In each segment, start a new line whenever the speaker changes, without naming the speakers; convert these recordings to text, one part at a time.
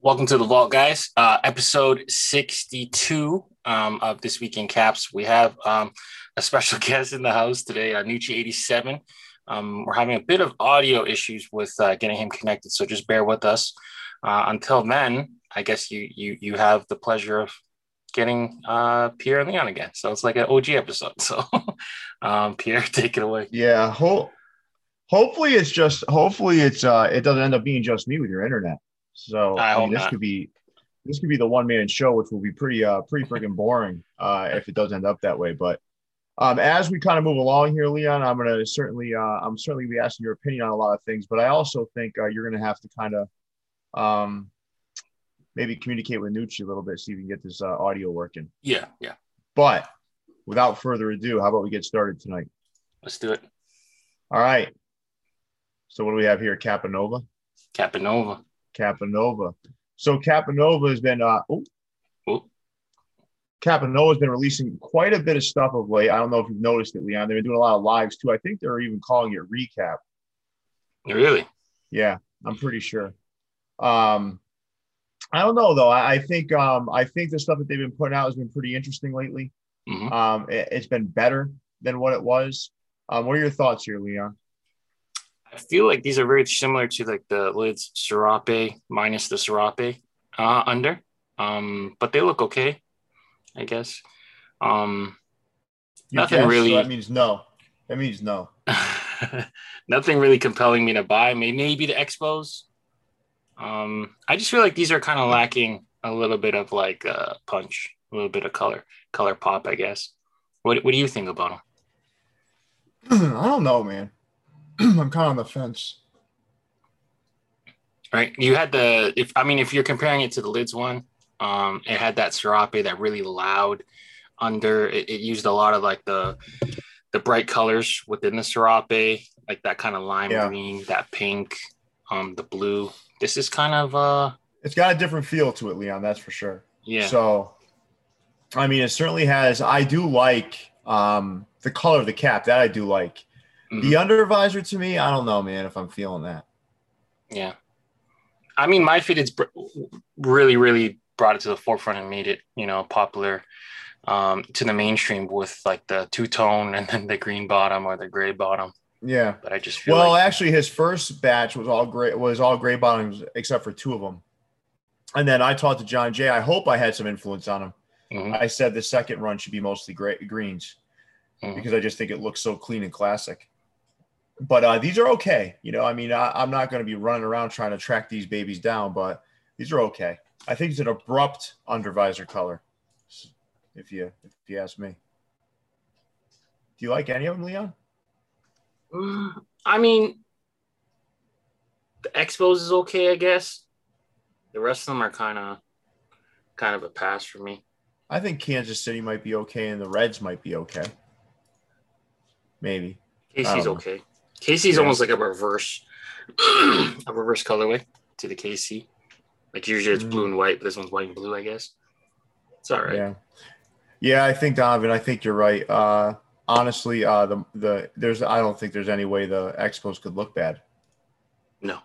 Welcome to the Vault, guys. Uh, episode 62 um, of This Week in Caps. We have um, a special guest in the house today, uh, Nucci87. Um, we're having a bit of audio issues with uh, getting him connected, so just bear with us. Uh, until then, I guess you you you have the pleasure of getting uh, Pierre and Leon again. So it's like an OG episode. So, um, Pierre, take it away.
Yeah. Ho- hopefully it's just hopefully it's uh it doesn't end up being just me with your internet. So
I
I,
hope
mean, this
not.
could be this could be the one man show, which will be pretty uh pretty freaking boring uh if it does end up that way. But um as we kind of move along here, Leon, I'm gonna certainly uh I'm certainly be asking your opinion on a lot of things, but I also think uh, you're gonna have to kind of um maybe communicate with Nucci a little bit so you can get this uh, audio working.
Yeah, yeah.
But without further ado, how about we get started tonight?
Let's do it.
All right. So what do we have here? Capanova.
Capanova.
Capanova. So Capanova has been uh oh,
Oh,
Capanova has been releasing quite a bit of stuff of late. I don't know if you've noticed it, Leon. They've been doing a lot of lives too. I think they're even calling it recap.
really?
Yeah, I'm pretty sure. Um, I don't know though. I, I think um, I think the stuff that they've been putting out has been pretty interesting lately.
hmm
Um, it, it's been better than what it was. Um, what are your thoughts here, Leon?
I feel like these are very similar to like the lids Serape minus the Serape uh, under, um, but they look okay, I guess. Um,
You
Nothing
so
really.
that means no. That means no.
nothing really compelling me to buy. Maybe, maybe the Expos. Um, I just feel like these are kind of lacking a little bit of like uh, punch, a little bit of color, color pop, I guess. What What do you think about them?
I don't know, man. I'm kind of on the fence.
Right, you had the if I mean if you're comparing it to the lids one, um, it had that serape, that really loud under. It, it used a lot of like the the bright colors within the serape, like that kind of lime
Yeah.
green, that pink, um, the blue. This is kind of uh,
It's got a different feel to it, Leon. That's for sure.
yeah,
So, I mean, it certainly has. I do like um, the color of the cap. That I do like. The under visor to me, I don't know, man, if I'm feeling that.
Yeah. I mean, my fit is br- really, really brought it to the forefront and made it, you know, popular um, to the mainstream with like the two tone and then the green bottom or the gray bottom.
Yeah.
But I just feel
Well,
like,
actually, his first batch was all gray. Was all gray bottoms except for two of them. And then I talked to John Jay. I hope I had some influence on him.
Mhm.
I said the second run should be mostly gray, greens
Mhm.
because I just think it looks so clean and classic. But uh, these are okay. You know, I mean, I, I'm not going to be running around trying to track these babies down, but these are okay. I think it's an abrupt undervisor color, if you if you ask me. Do you like any of them, Leon?
Mm, I mean, the Expos is okay, I guess. The rest of them are kind of, kind of a pass for me.
I think Kansas City might be okay, and the Reds might be okay. Maybe.
Casey's
Um,
okay. Casey's
yeah.
almost like a reverse, a reverse colorway to the KC. Like usually it's blue and white, but this one's white and blue, I guess. It's all right.
Mm. Yeah. Yeah, I think Donovan, I think you're right. Uh honestly, uh the the there's I don't think there's any way the Expos could look bad.
No.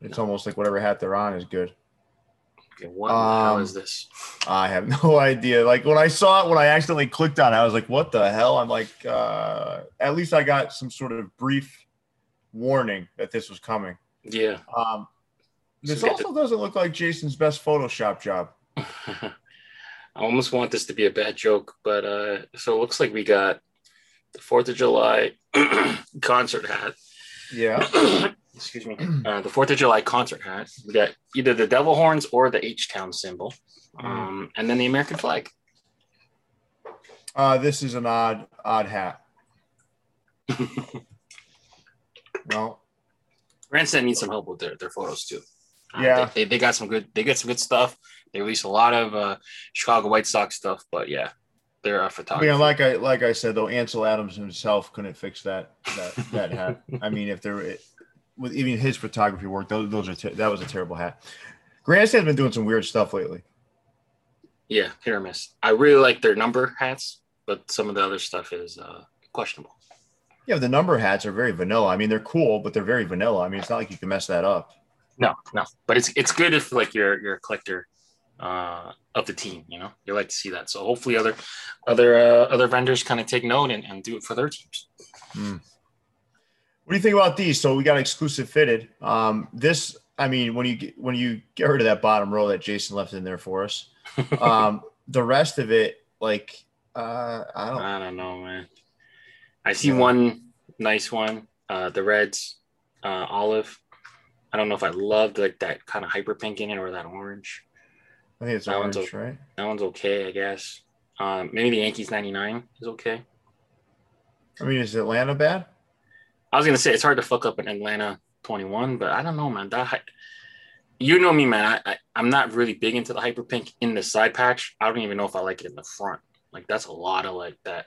It's almost like whatever hat they're on is good.
Okay, what the hell
Um,
is this?
I have no idea. Like when I saw it, when I accidentally clicked on it, I was like, what the hell? I'm like, uh at least I got some sort of brief warning that this was coming.
Yeah.
Um this
So get
also doesn't look like Jason's best Photoshop job.
I almost want this to be a bad joke, but uh so it looks like we got the Fourth of July concert hat.
Yeah.
Excuse me. Uh, the Fourth of July concert hat. We got either the devil horns or the H Town symbol, um, and then the American flag.
Uh, this is an odd, odd hat. well,
Grandstand needs some help with their, their photos too. Uh,
Yeah.
they, they, they got some good they get some good stuff. They release a lot of uh, Chicago White Sox stuff, but yeah, they're a
I
photographer.
mean, like I like I said though, Ansel Adams himself couldn't fix that that, that hat. I mean, if there it, with even his photography work, those, those are ter- that was a terrible hat. Grandstand's been doing some weird stuff lately.
yeah, hit or miss. I really like their number hats, but some of the other stuff is uh, questionable.
Yeah, the number hats are very vanilla. I mean, they're cool, but they're very vanilla. I mean, it's not like you can mess that up.
No, no. But it's it's good if like you're you're a collector uh, of the team. You know, you like to see that. So hopefully other other uh, other vendors kind of take note and, and do it for their teams.
Hmm. What do you think about these? So we got exclusive fitted. Um, this, I mean, when you get, when you get rid of that bottom row that Jason left in there for us, um, the rest of it, like, uh, I don't.
I don't know, man. I see
Yeah.
one nice one, uh, the reds, uh, olive. I don't know if I loved like that kind of hyper pink in it or that orange.
I think it's
That one's
orange, right?
That one's okay, I guess. Um, maybe the Yankees 99 is okay.
I mean, is Atlanta bad?
I was gonna say it's hard to fuck up an Atlanta 21, but I don't know, man. That hy- you know me, man. I, I I'm not really big into the hyper pink in the side patch. I don't even know if I like it in the front. Like that's a lot of like that.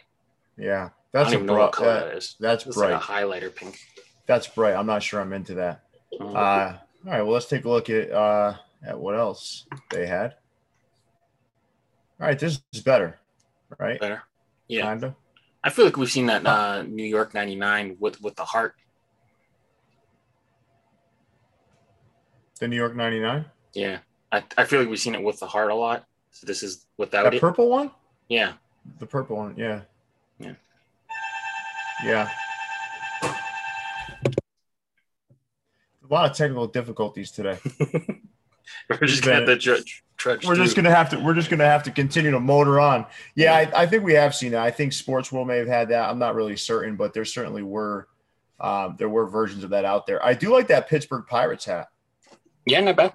Yeah,
I
that's a
don't even know what
bright.
color
that-
that is.
that's
It's
bright.
like a highlighter pink.
that's bright. I'm not sure I'm into that.
Um,
Uh, all right, well, let's take a look at uh, at what else they had. All right, this is better, right?
better. Uh, Yeah,
Kinda.
I feel like we've seen that uh, New York 99 with with the heart.
The New York '99,
Yeah, I, I feel like we've seen it with the heart a lot. So this is without
that
it.
purple one.
Yeah,
The purple one, yeah.
Yeah.
Yeah. A lot of technical difficulties today.
we're just gonna have to judge. Trudge
We're just
through.
gonna have to we're just gonna have to continue to motor on. Yeah, I, I think we have seen that. I think Sports World may have had that. I'm not really certain, but there certainly were um, there were versions of that out there. I do like that Pittsburgh Pirates hat.
Yeah, not bad.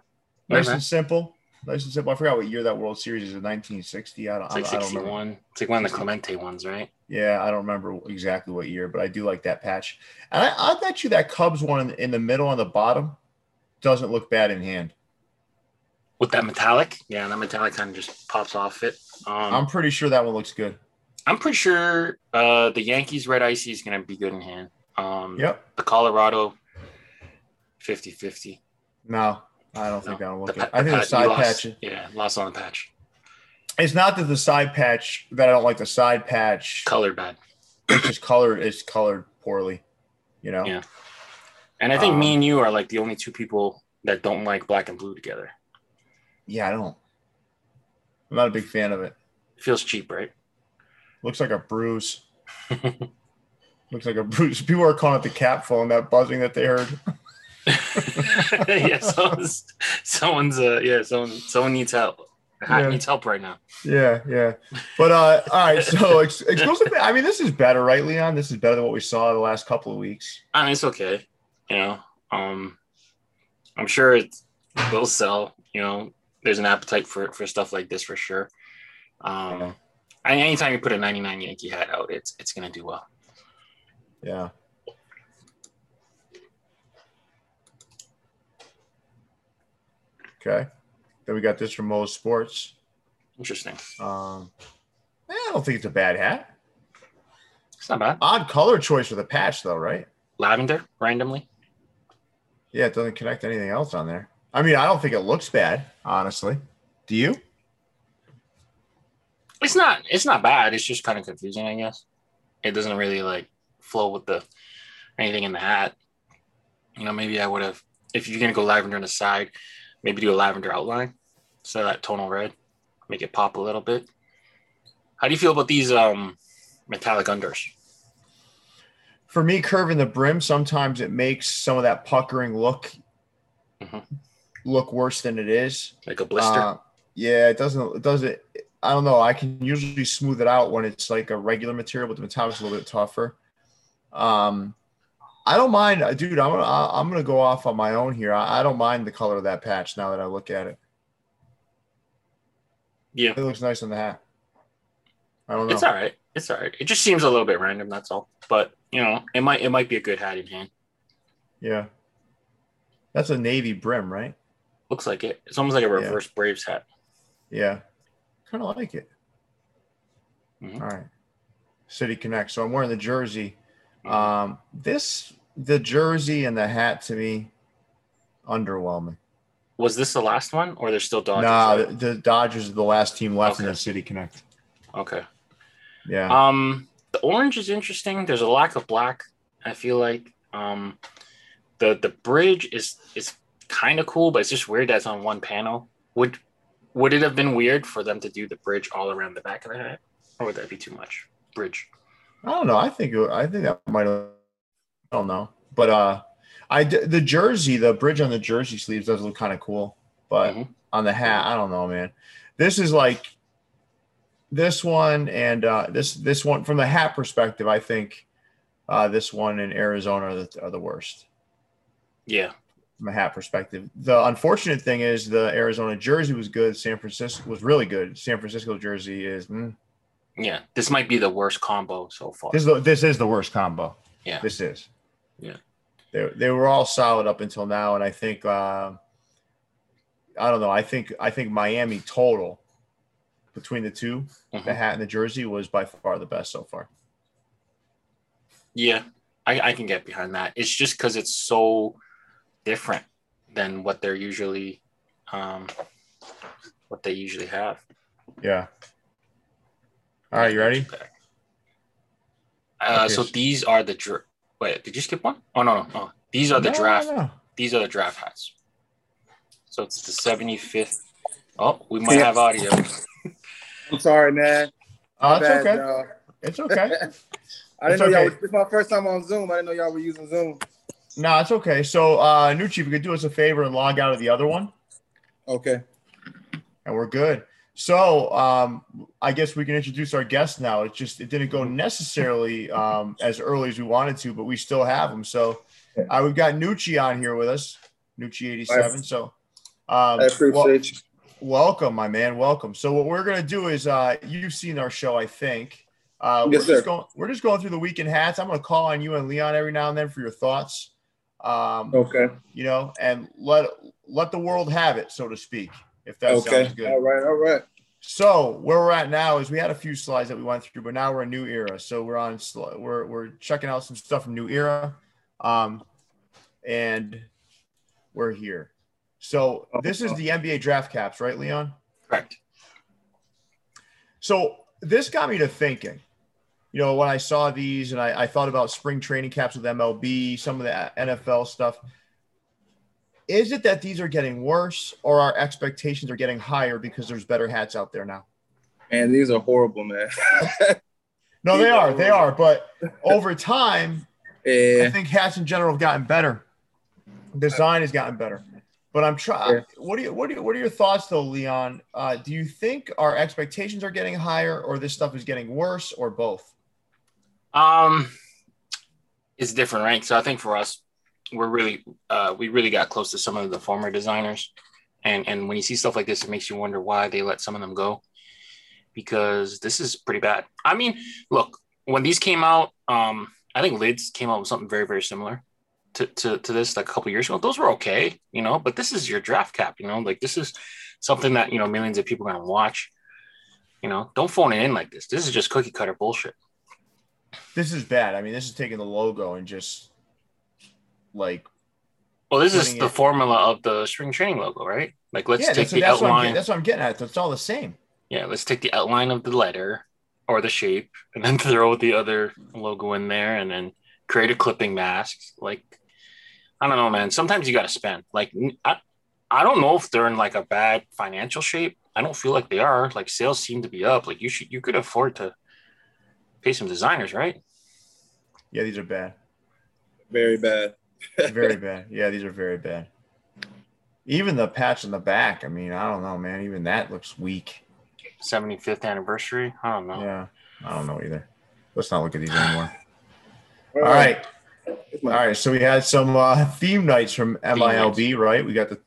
Not
Nice
bad.
and simple. Nice and simple. I forgot what year that World Series is in 1960. I don't,
It's like
I don't remember.
61. It's like one of the Clemente ones, right?
Yeah, I don't remember exactly what year, but I do like that patch. And I, I bet you that Cubs one in, in the middle on the bottom doesn't look bad in hand.
With that metallic. Yeah, that metallic kind of just pops off it. Um,
I'm
I'm,
pretty sure that one looks good.
pretty sure uh, the Yankees Red Icy is going to be good in hand. Um,
Yep.
The Colorado 50 50.
No, I don't think that'll look good. I
I
think the side
lost,
patch.
Yeah, lost on the patch.
It's not that the side patch that I don't like the side patch.
Color bad.
It's just colored. It's colored poorly. You know.
Yeah. And I think me
Um,
and you are like the only two people that don't like black and blue together.
Yeah, I don't. I'm not a big fan of it.
It feels cheap, right?
Looks like a bruise. looks like a bruise. People are calling it the cap phone. That buzzing that they heard.
yeah, someone's, someone's uh, yeah, someone, someone needs help. The hat
Yeah.
needs help right now.
Yeah, yeah. But uh all right, so ex- exclusive. I mean, this is better, right, Leon? This is better than what we saw the last couple of weeks.
I mean, it's okay. You know, um, I'm sure it will sell. You know, there's an appetite for for stuff like this for sure. Um, I mean, anytime you put a 99 Yankee hat out, it's it's gonna do well.
Yeah. Okay. Then we got this from Moe's Sports.
Interesting.
Um eh, I don't think it's a bad hat.
It's not bad.
Odd color choice for the patch though, right?
Lavender randomly.
Yeah, it doesn't connect to anything else on there. I mean, I don't think it looks bad, honestly. Do you?
It's not. It's not bad. It's just kind of confusing, I guess. It doesn't really like flow with the anything in the hat. You know, maybe I would have if you're gonna go lavender on the side, maybe do a lavender outline instead of that tonal red, make it pop a little bit. How do you feel about these um metallic unders?
for me, curving the brim sometimes it makes some of that puckering look
Mhm.
look worse than it is.
Like a blister?
Uh, yeah, it doesn't. It doesn't. I don't know. I can usually smooth it out when it's like a regular material, but the metallic's a little bit tougher. Um, I don't mind, uh, dude. I'm gonna I- I'm gonna go off on my own here. I, I don't mind the color of that patch now that I look at it.
yeah.
It looks nice on the hat. I don't know.
It's all right. It's all right. It just seems a little bit random, that's all. But you know, it might it might be a good hat in hand.
yeah, that's a navy brim, right?
Looks like it. It's almost like a
Yeah.
reverse Braves hat.
Yeah. Kind of like it.
Mhm.
All right. City Connect. So I'm wearing the jersey.
Mm-hmm.
Um, this, the jersey and the hat to me, underwhelming.
Was this the last one or there's still Dodgers?
nah,
left?
the, the Dodgers are the last team left in
Okay.
the City Connect.
Okay.
Yeah.
Um, the orange is interesting. There's a lack of black. I feel like um, the the bridge is is kind of cool, but it's just weird that's on one panel. Would would it have been weird for them to do the bridge all around the back of the head, or would that be too much bridge?
I don't know. I think it, I think that might. have I don't know, but uh, I d- the jersey, the bridge on the jersey sleeves does look kind of cool, but
Mhm.
on the hat, I don't know, man. This is like this one and uh, this this one from the hat perspective. I think uh, this one in Arizona are the, are the worst
Yeah,
from a hat perspective. The unfortunate thing is the Arizona jersey was good. San Francisco was really good. San Francisco jersey is mm,
yeah. This might be the worst combo so far.
this is the, this is the worst combo.
Yeah.
this is.
Yeah.
they they were all solid up until now, and I think uh, I don't know. I think I think Miami total between the 2 the
Mhm.
hat and the jersey, was by far the best so far.
Yeah, I, I can get behind that. It's just because it's so different than what they're usually, um, what they usually have.
Yeah. All right, you ready?
Uh,
Okay.
So these are the dra- wait. Did you skip one? Oh no, no, no. These are the
No,
draft.
no, no.
These are the draft hats. So it's the seventy fifth. Oh, we might
Yeah.
have audio.
I'm sorry, man.
Oh, it's
Bad,
okay.
y'all.
It's okay.
I didn't
It's
know y'all.
okay.
Were, this is my first time on Zoom. I didn't know y'all were using Zoom.
No, it's okay. So, uh, Nucci, if you could do us a favor and log out of the other one,
Okay.
and we're good. So, um, I guess we can introduce our guest now. It just it didn't go necessarily um, as early as we wanted to, but we still have him. So, uh, we've got Nucci on here with us, Nucci eighty seven. So, um,
I appreciate
wel-
you.
welcome, my man. Welcome. So, what we're gonna do is uh, you've seen our show, I think. Uh,
Yes,
we're
sir.
just going we're just going through the weekend hats. I'm gonna call on you and Leon every now and then for your thoughts. Um,
Okay.
you know, and let let the world have it, so to speak, if that
okay.
sounds good.
All right. All right.
So where we're at now is we had a few slides that we went through, but now we're a new era. So we're on sli- we're we're checking out some stuff from new era, um, and we're here. So this is the NBA draft caps, right, Leon?
Correct.
So this got me to thinking. You know, when I saw these and I, I thought about spring training caps with MLB, some of the NFL stuff. Is it that these are getting worse or our expectations are getting higher because there's better hats out there now?
Man, these are horrible, man.
No, they
Yeah.
are. They are. But over time, I
yeah.
think hats in general have gotten better. Design has gotten better. But I'm trying.
Yeah.
What do you? What do you? What are your thoughts, though, Leon? Uh, do you think our expectations are getting higher, or this stuff is getting worse, or both?
Um, it's different, right? So I think for us, we're really uh, we really got close to some of the former designers, and and when you see stuff like this, it makes you wonder why they let some of them go, because this is pretty bad. I mean, look, when these came out, um, I think lids came out with something very very similar. To, to, to this like a couple years ago those were okay you know but this is your draft cap you know like this is something that you know millions of people are gonna watch you know don't phone it in like this this is just cookie cutter bullshit
This is bad. I mean, this is taking the logo and just like
Well, this is
putting
the
it-
formula of the spring training logo, right? Like, let's
yeah,
take
that's,
the
that's what I'm
outline.
getting, that's what I'm getting at. It's all the same.
yeah, let's take the outline of the letter or the shape, and then throw the other logo in there, and then create a clipping mask. Like, I don't know, man. Sometimes you got to spend. Like, n- I, I don't know if they're in like a bad financial shape. I don't feel like they are. Like, sales seem to be up. Like, you should, you could afford to pay some designers, right?
Yeah, these are bad.
Very bad.
Very bad. Yeah, these are very bad. Even the patch on the back. I mean, I don't know, man. Even that looks weak.
Seventy fifth anniversary. I don't know.
Yeah, I don't know either. Let's not look at these anymore.
All
All right,
It's
all
my-
right. So we had some uh, theme nights from MILB, right? We got the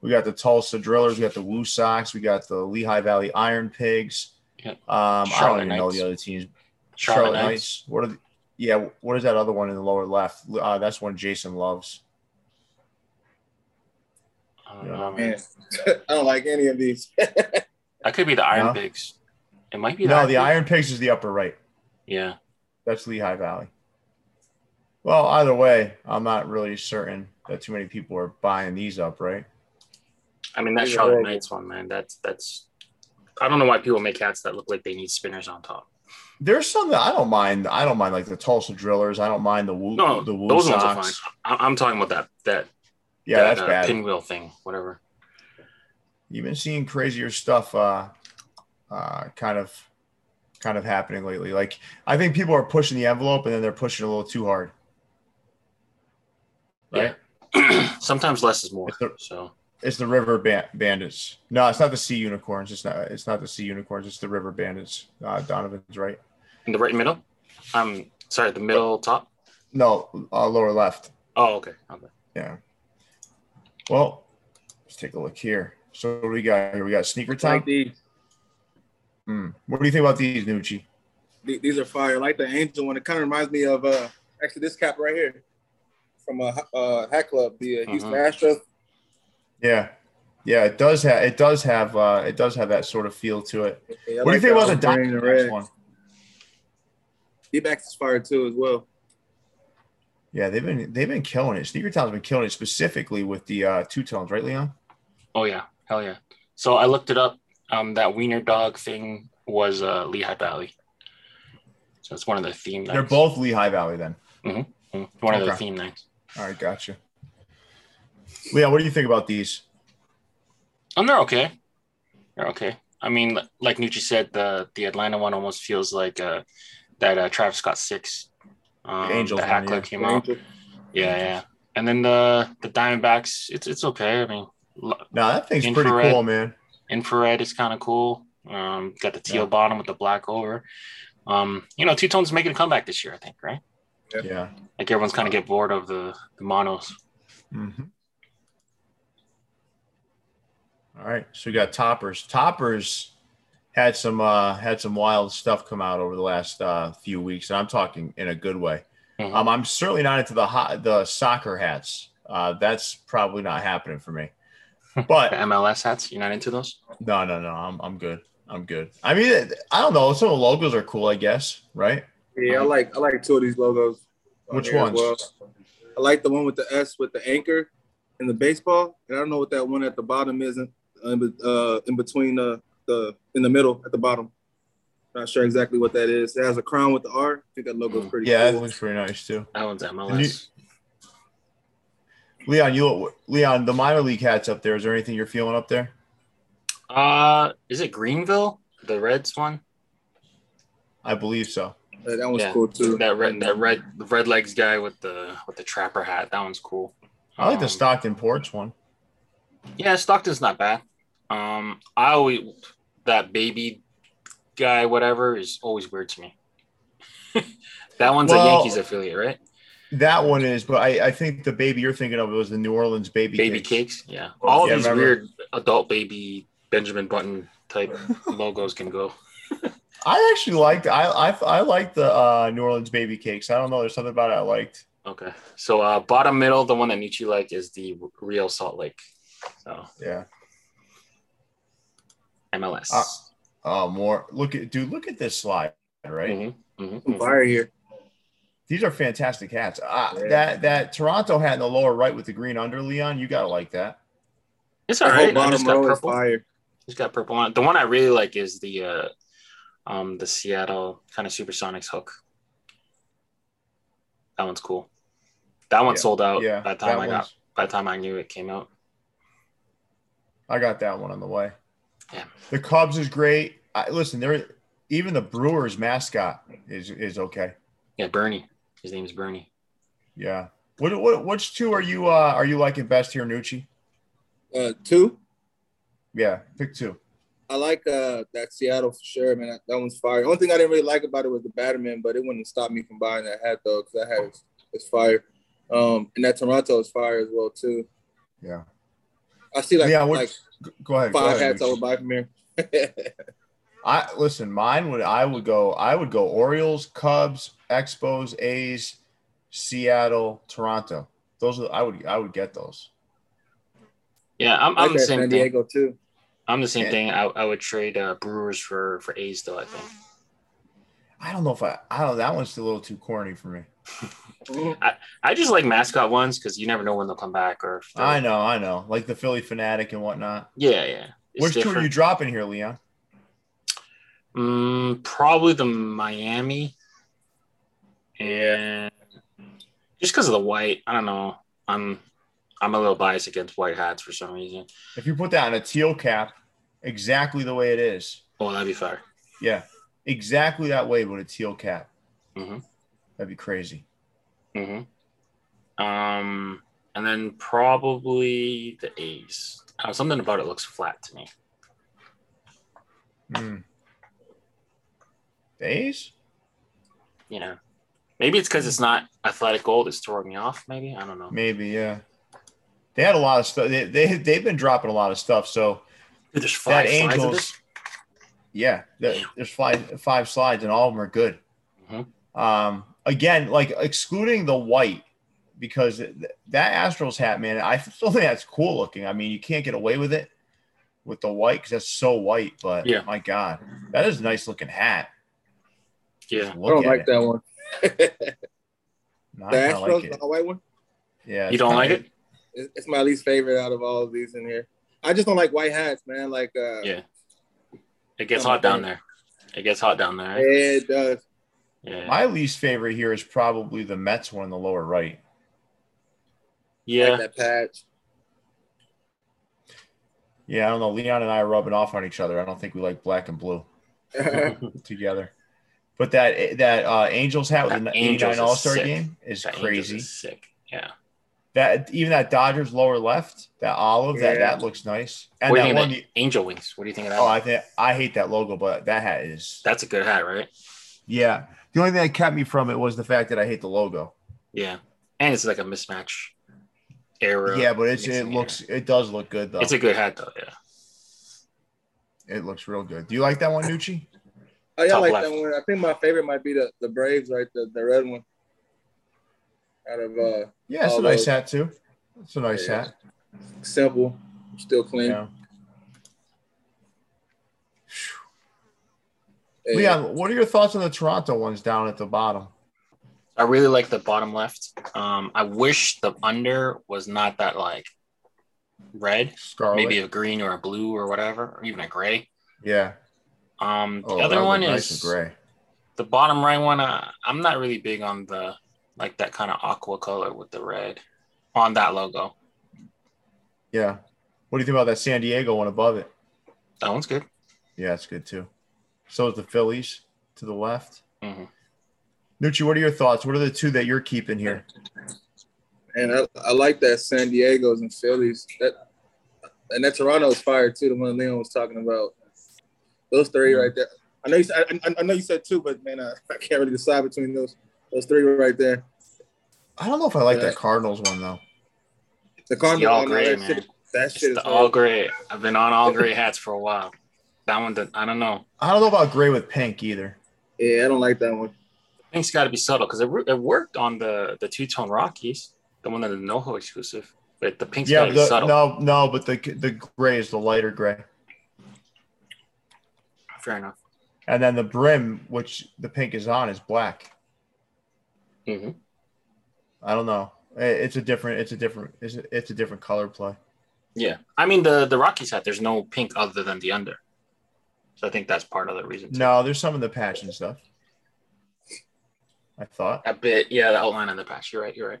we got the Tulsa Drillers, we got the Woo Sox, we got the Lehigh Valley Iron Pigs.
Yeah.
Um, I don't
Charlotte
even know
Knights.
the other teams.
Charlotte,
Charlotte
Knights.
Knights. What are the, yeah? What is that other one in the lower left? Uh, that's one Jason loves.
I don't know, man.
Man, I don't like any of these.
That could be the Iron
No?
Pigs. It might be
No, the
Pigs.
Iron Pigs is the upper right.
Yeah,
That's Lehigh Valley. Well, either way, I'm not really certain that too many people are buying these up, right?
I mean that
Yeah.
Charlotte Knights one, man. That's that's. I don't know why people make hats that look like they need spinners on top.
There's some that I don't mind. I don't mind like the Tulsa Drillers. I don't mind the Woo.
No,
the Woo
those ones
Sox.
are fine. I, I'm talking about that that
Yeah,
that,
that's
uh,
bad.
Pinwheel thing, whatever.
You've been seeing crazier stuff, uh, uh, kind of, kind of happening lately. Like I think people are pushing the envelope and then they're pushing a little too hard. Right.
Yeah. Sometimes less is more.
It's the-
So
It's the river ban- bandits. No, it's not the sea unicorns. It's not. It's not the sea unicorns. It's the river bandits. Uh, Donovan's right.
in the right middle. Um, sorry, the middle top.
No, uh, lower left.
Oh, okay. okay.
Yeah. Well, let's take a look here. So what do we got here? We got sneaker
Like
time.
these,
Hmm. What do you think about these, Nucci?
the- these are fire. I like the angel one. It kind of reminds me of uh, actually this cap right here from a uh, Hat Club, the uh, Houston
Uh-huh.
Mhm.
Astros.
Yeah, yeah. It does have. It does have. Uh, it does have that sort of feel to it.
Yeah,
What do
I
you
like
think
that
about the
old green and
Diamondbacks
red.
one?
D-backs is fire too as well.
Yeah, they've been they've been killing it. Sneaker Town's been killing it specifically with the uh, two tones, right, Leon?
Oh yeah, hell yeah. So I looked it up. Um, that wiener dog thing was uh, Lehigh Valley. So it's one of the theme nights.
They're both Lehigh Valley then.
Mm, one of the
Okay.
theme nights.
All right, gotcha. Leon, what do you think about these?
Um, they're okay. They're okay. I mean, li- like Nucci said, the the Atlanta one almost feels like uh, that uh, Travis Scott six. Um,
The Angels
the Hackler
one, yeah.
came out.
Angel.
Yeah, yeah. And then the the Diamondbacks, it's it's okay. I mean, l-
No, that thing's pretty
Infrared.
cool, man.
infrared is kind of cool. Um, got the teal
Yeah.
bottom with the black over. Um, you know, two tones making a comeback this year, I think, right?
Yeah.
Yeah.
Like everyone's kind of get bored of the, the monos.
Mhm. All right, so we got toppers. Toppers had some uh, had some wild stuff come out over the last uh, few weeks, and I'm talking in a good way.
Mhm.
Um, I'm certainly not into the hot, the soccer hats. Uh, that's probably not happening for me.
The
But
MLS hats, you're not into those?
no, no, no, I'm I'm good. I'm good. I mean, I don't know. Some of the logos are cool, I guess. Right?
Yeah, I like I like two of these logos. on
Which
here as
ones?
I like the one with the S with the anchor and the baseball, and I don't know what that one at the bottom is in, in be- uh, in between uh, the in the middle at the bottom. Not sure exactly what that is. It has a crown with the R. I think that logo's pretty
Yeah, that
cool.
looks pretty nice too.
That one's MLS.
Leon, you Leon, the minor league hats up there. Is there anything you're feeling up there?
Uh, is it Greenville? The Reds one?
I believe so.
Yeah, that one's
Yeah.
cool too.
That red, that red, the red legs guy with the with the trapper hat. That one's cool.
I like the
Um,
Stockton Ports one.
Yeah, Stockton's not bad. Um, I always that baby guy, whatever, is always weird to me. that one's
Well-
a Yankees affiliate, right?
That one is, but I, I think the baby you're thinking of was the New Orleans baby.
Baby
Cakes.
cakes, yeah. All
Yeah,
of these
remember-
weird adult baby Benjamin Button type logos can go.
I actually liked. I I, I liked the uh, New Orleans baby cakes. I don't know. There's something about it I liked.
Okay, so uh, bottom middle, the one that Nietzsche liked is the real Salt Lake, so
Yeah.
MLS.
Uh, Oh, more. Look at dude. Look at this slide. Right.
Mhm, mhm,
Some
mhm.
fire here.
These are fantastic hats. Ah,
Yeah.
That that Toronto hat in the lower right with the green under Leon. You gotta like that.
It's all
That whole
right. I just
bottom
got
row is
purple.
fire.
He's got purple on. it. The one I really like is the uh um the Seattle kind of Supersonics hook. That one's cool. Oh, That one
Yeah,
sold out
yeah.
by the time
that
I got
one's-
by the time I knew it came out.
I got that one on the way.
Yeah.
The Cubs is great. I, listen, there even the Brewers mascot is is okay.
Yeah, Bernie. His name's Bernie.
Yeah. What, what which two are you uh are you liking best here, Nucci?
Uh, two.
Yeah, pick two.
I like uh, that Seattle for sure, man. That, that one's fire. Only thing I didn't really like about it was the Batman, but it wouldn't stop me from buying that hat though, because that hat is, is fire. Um, and that Toronto is fire as well too.
Yeah.
I see like,
Yeah, what-
like
G- Go ahead. go
five
ahead,
hats I
Nucci.
would buy from here.
I listen. Mine would I would go. I would go Orioles, Cubs, Expos, A's, Seattle, Toronto. Those are I would I would get those.
Yeah, I'm,
I
I'm
like
the
that San
same thing.
Diego too.
I'm the same
Yeah.
thing. I, I would trade uh, Brewers for for A's though. I think
I don't know if I I don't. That one's a little too corny for me. Mm-hmm.
Mhm.
I just like mascot ones because you never know when they'll come back or. If they're-
I know, I know, like the Philly fanatic and whatnot.
Yeah, yeah. It's
Which two are you
different.
dropping here, Leon?
Mm, probably the Miami. And just because of the white, I don't know. I'm I'm a little biased against white hats for some reason.
If you put that on a teal cap, exactly the way it is,
Oh, that'd be fire.
yeah, exactly that way with a teal cap,
Mhm.
that'd be crazy.
Mm-hmm. Um, and then probably the A's. I don't know, something about it looks flat to me.
Hmm. The A's?
You know, maybe it's because it's not athletic gold. It's throwing me off. Maybe I don't know.
Maybe, yeah. They had a lot of stuff. They, they they've been dropping a lot of stuff. So
Dude, there's five
that
slides of
Angels,
this.
yeah, the, there's five five slides, and all of them are good.
Mhm.
Um, again, like excluding the white, because th- that Astros hat, man, I still think that's cool looking. I mean, you can't get away with it with the white because that's so white. But
Yeah.
my God, that is a nice looking hat.
Yeah,
Look
I don't
at
like
it.
that one. the
No, I kinda
Astros,
like it.
the white one.
Yeah,
you don't like it?
It- It's my least favorite out of all of these in here. I just don't like white hats, man. Like, uh,
Yeah. It gets
Oh,
hot down
yeah.
there. It gets hot down there. right?
it does.
Yeah.
My least favorite here is probably the Mets one in the lower right.
I
yeah.
Like that patch.
Yeah, I don't know. Leon and I are rubbing off on each other. I don't think we like black and blue together. But that that uh, Angels hat with
That
the
Angels
'89
is
All Star
sick.
game is
That Angels
crazy.
is sick. Yeah.
That even that Dodgers lower left, that olive, that
Yeah.
that looks nice. And
What do you
that
think
one,
of that? Angel wings. What do you think of that?
oh,
one?
I think I hate that logo, but that hat is.
That's a good hat, right?
Yeah, the only thing that kept me from it was the fact that I hate the logo.
Yeah. And it's like a mismatch error.
Yeah, but it's it
mixing
looks it does look good though.
error. It's a good hat though. Yeah.
it looks real good. Do you like that one, Nucci?
Oh, yeah, I
Top
like
left.
that one. I think my favorite might be the, the Braves, right? The, the red one. Out of uh,
Yeah, it's
All
a nice
those.
hat too. It's a nice
Yeah.
hat.
simple, still clean.
Yeah.
And
Leon, what are your thoughts on the Toronto ones down at the bottom?
I really like the bottom left. Um, I wish the under was not that like red,
Scarlet.
maybe a green or a blue or whatever, or even a gray.
Yeah.
Um, the
Oh, that
other
would
one
look nice
is
and gray.
the bottom right one. Uh, I'm not really big on the like that kind of aqua color with the red on that logo.
Yeah. What do you think about that San Diego one above it?
That one's good.
Yeah, it's good too. So is the Phillies to the left.
Mhm.
Nucci, what are your thoughts? What are the two that you're keeping here?
And I, I like that San Diego's and Phillies. That and that Toronto's fire too. The one Leon was talking about. Those 3 right there. I know you. said- I, I- I know you said two, but man, I, I can't really decide between those. Those three right there.
I don't know if I like
Yeah.
that Cardinals one though.
The
It's the
Cardinal
all
one,
gray,
that
man.
shit, that
It's
shit is
the all gray. I've been on all gray hats for a while. That one, did, I don't know.
I don't know about gray with pink either.
Yeah, I don't like that one.
I think it's got to be subtle because it, re- it worked on the the two tone Rockies, the one that the NoHo exclusive. But the pink's
yeah,
got to be
the,
subtle.
no, no, but the the gray is the lighter gray,
Fair enough.
and then the brim, which the pink is on, is black.
hmm
Mm-hmm.
I don't know. It- It's a different. It's a different. It's a, it's a different color play.
Yeah, I mean the the Rockies hat. There's no pink other than the under, so I think that's part of the reason. too.
No, there's some in the patch and stuff. I thought.
That bit, yeah, the outline on the patch. You're right. You're right.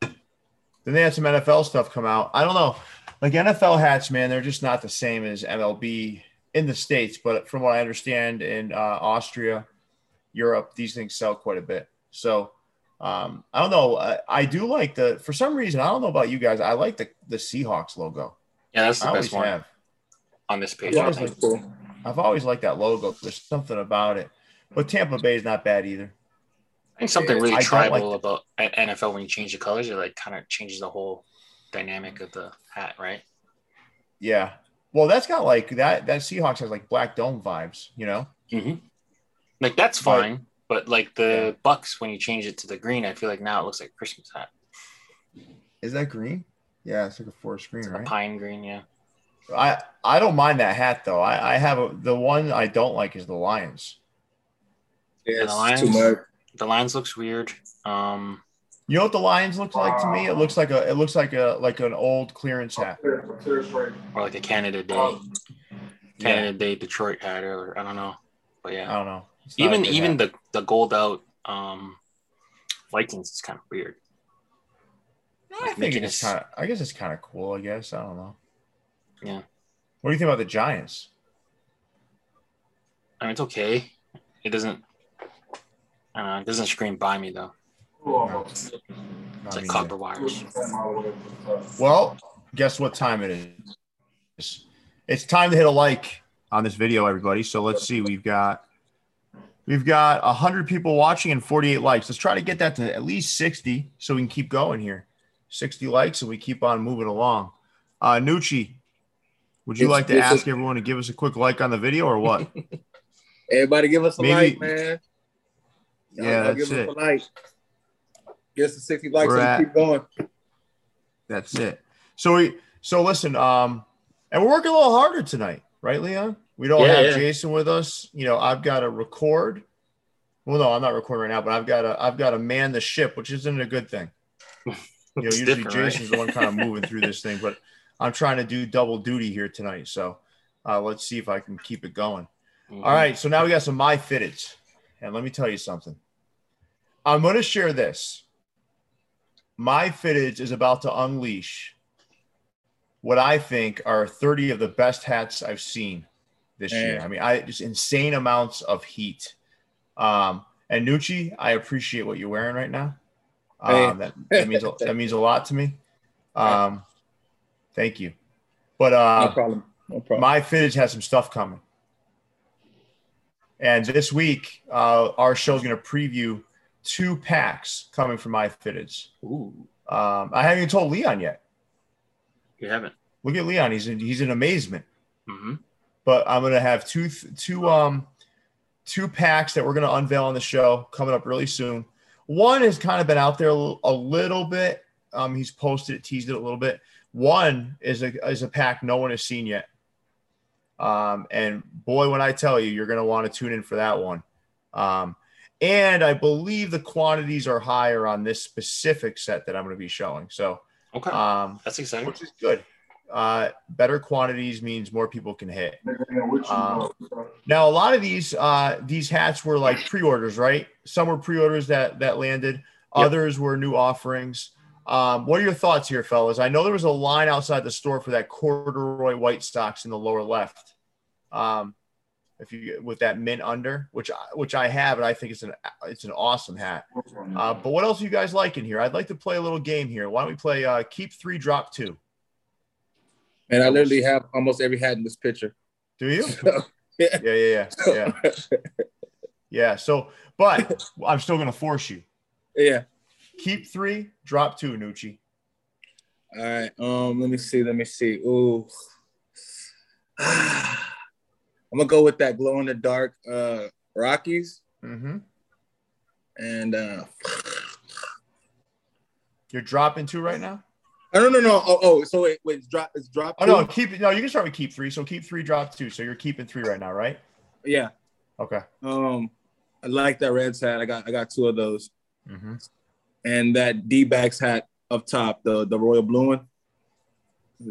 Then they had some NFL stuff come out. I don't know. Like NFL hats, man, they're just not the same as MLB in the states. But from what I understand, in uh, Austria, Europe, these things sell quite a bit. So um, I don't know. I, I do like the. For some reason, I don't know about you guys. I like the the Seahawks logo.
Yeah, that's the
I
best
always
one
have.
on this page.
Yeah,
I
always
think.
that's cool.
I've always liked that logo. There's something about it. But Tampa Bay is not bad either.
I think something really
I don't like
tribal about at NFL when you change the colors, it like kind of changes the whole dynamic of the hat, right?
Yeah. Well, that's got like that. That Seahawks has like black dome vibes, you know.
Mm-hmm. Like that's
But-
fine, but like the Bucks when you change it to the green, I feel like now it looks like a Christmas hat,
Is that green? Yeah, it's like a forest green,
a
right?
pine green. Yeah,
I I don't mind that hat though. I I have a, the one I don't like is the Lions.
Yeah,
And the
it's too
Lions?
much.
the lines looks weird. Um,
You know what the Lions looks like to me? It looks like a it looks like a like an old clearance hat.
or like a Canada Day,
Oh,
Canada Day Detroit hat, or I don't know, but
I
yeah,
don't know. It's not a
even
good
even
hat.
the the gold out um Vikings is kind of weird.
I think
making
it's
us-
kind of. I guess it's kind of cool. I guess I don't know.
Yeah.
What do you think about the Giants?
I mean, it's okay. It doesn't. Uh, it doesn't scream by me though.
No,
It's
I
like
mean,
copper wires.
Well, guess what time it is? It's time to hit a like on this video, everybody. So let's see. We've got we've got hundred people watching and forty-eight likes. Let's try to get that to at least sixty, so we can keep going here. Sixty likes, and we keep on moving along. Uh, Nucci, would you
It's-
like to
it's a-
ask everyone to give us a quick like on the video or what?
Everybody give us a
Maybe-
like, man. Y'all-
yeah,
y'all
that's
give
it.
us a like. Get us to 60 likes
We're
and
at-
keep going.
That's it. So we so listen, um, and we're working a little harder tonight, right, Leon? We don't
Yeah,
have
yeah.
Jason with us. You know, I've got to record. Well, no, I'm not recording right now, but I've got to I've got to man the ship, which isn't a good thing. You know,
It's
usually
different, right?
Jason's the one kind of moving through this thing, but I'm trying to do double duty here tonight. So uh, let's see if I can keep it going.
Mhm.
All right, so now we got some my fitteds, and let me tell you something. I'm going to share this. My fitteds is about to unleash what I think are 30 of the best hats I've seen this year.
Man.
I mean, I just insane amounts of heat. Um, and Nucci, I appreciate what you're wearing right now. Um, that, that means a- that means a lot to me. Um, thank you. But uh,
No problem. No problem.
my fittage has some stuff coming. And this week, uh, our show is going to preview two packs coming from my fittage.
Ooh,
Um, I haven't even told Leon yet.
you haven't.
Look at Leon; he's in, he's in amazement.
hmm
But I'm going to have two th- two um two packs that we're going to unveil on the show coming up really soon. One has kind of been out there a little, a little bit. Um, he's posted it, teased it a little bit. One is a is a pack no one has seen yet. Um, and boy, when I tell you, you're going to want to tune in for that one. Um, and I believe the quantities are higher on this specific set that I'm going to be showing. So,
Okay,
um,
that's exciting.
which is good. Uh, better quantities means more people can hit.
Uh,
Um, now, a lot of these uh, these hats were like pre-orders, right? Some were pre-orders that that landed.
Yep.
Others were new offerings. Um, what are your thoughts here, fellas? I know there was a line outside the store for that corduroy White Sox in the lower left. Um, if you with that mint under, which I, which I have, and I think it's an it's an awesome hat. Uh, but what else are you guys liking here? I'd like to play a little game here. Why don't we play uh, keep three, drop two?
and I literally have almost every hat in this picture.
Do you?
So,
yeah, yeah, yeah, yeah, yeah. So, but I'm still gonna force you.
yeah.
Keep three, drop two, Nucci.
All right. Um, let me see. Let me see. Ooh. I'm gonna go with that glow in the dark uh Rockies
Mm-hmm.
and uh
You're dropping two right now.
oh, no no no oh oh so wait wait it's drop it's drop
Oh no,
two?
keep no. You can start with keep three. So keep three, drop two. So you're keeping three right now, right?
yeah
Okay.
um I like that Reds hat I got I got two of those
Mm-hmm.
and that D backs hat up top the the royal blue one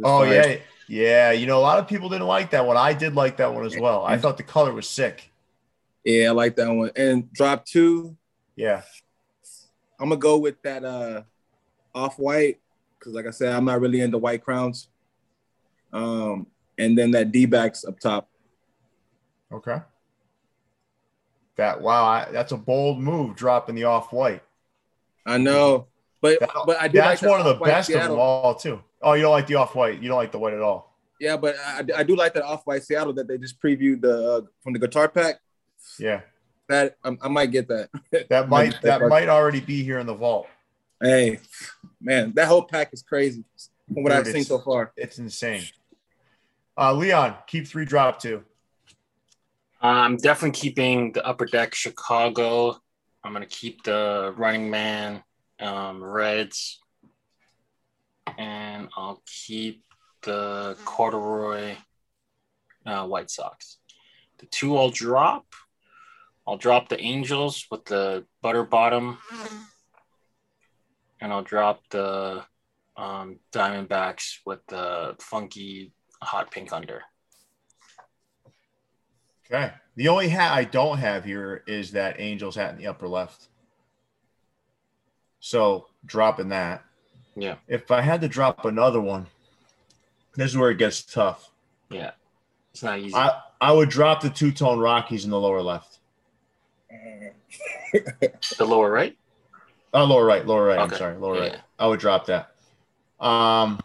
Oh yeah, yeah. You know, a lot of people didn't like that one. I did like that one as well. I thought the color was sick.
yeah I like that one and drop two
Yeah.
I'm gonna go with that uh off white because, like I said, I'm not really into white crowns. Um, and then that D backs up top.
Okay. That wow, I, that's a bold move dropping the off white.
I know, but
That-
but I do
That's
like
one of the
off-white
best of
Seattle.
them all too. Oh, you don't like the off white? You don't like the white at all?
Yeah, but I, I do like that off white Seattle that they just previewed the uh, from the guitar pack.
Yeah,
That um, I might get that.
that might
get
that
part.
might already be here in the vault.
Hey, man, that whole pack is crazy from what
Dude,
I've seen
it's-
so far.
It's insane. Uh, Leon, keep three, drop two.
I'm definitely keeping the upper deck Chicago. I'm gonna keep the running man um, Reds, and I'll keep the corduroy uh, White Sox. The two I'll drop. I'll drop the Angels with the butter bottom, and I'll drop the um, Diamondbacks with the funky hot pink under.
Okay. The only hat I don't have here is that Angels hat in the upper left. So dropping that.
Yeah.
If I had to drop another one, this is where it gets tough.
Yeah. It's not easy.
I, I would drop the two tone Rockies in the lower left.
the lower right?
Oh, lower right, lower right.
Okay.
I'm sorry, lower right.
Yeah.
I would drop that. Um,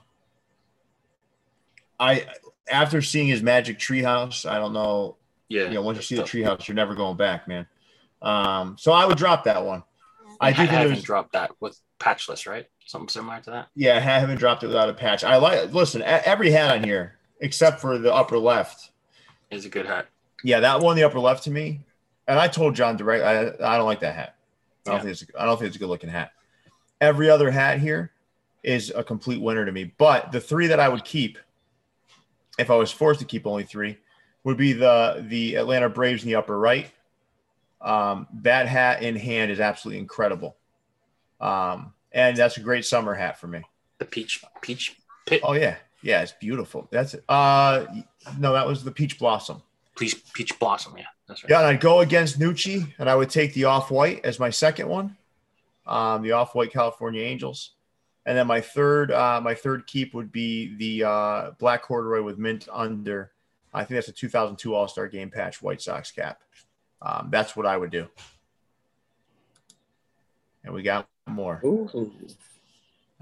I after seeing his Magic Treehouse, I don't know.
Yeah.
You know, once you
that's
see the
tough.
Treehouse, you're never going back, man. Um, so I would drop that one. I
I
do think
haven't
there's
dropped that with patchless, right? Something similar to that.
yeah, I haven't dropped it without a patch. I like listen e- every hat on here except for the upper left.
Is a good hat.
Yeah, that one, the upper left to me. And I told John direct, I, I don't like that hat. I don't
Yeah.
think it's I don't think it's a good looking hat. Every other hat here is a complete winner to me. But the three that I would keep, if I was forced to keep only three, would be the the Atlanta Braves in the upper right. Um, that hat in hand is absolutely incredible. Um, and that's a great summer hat for me.
The peach peach
Oh yeah, yeah, it's beautiful. That's uh no, that was the peach blossom.
peach peach blossom. Yeah, that's right.
Yeah, and I'd go against Nucci, and I would take the off white as my second one, um, the off white California Angels, and then my third, uh, my third keep would be the uh, black corduroy with mint under. I think that's a 2002 All Star Game patch White Sox cap. Um, that's what I would do. And we got more.
Ooh.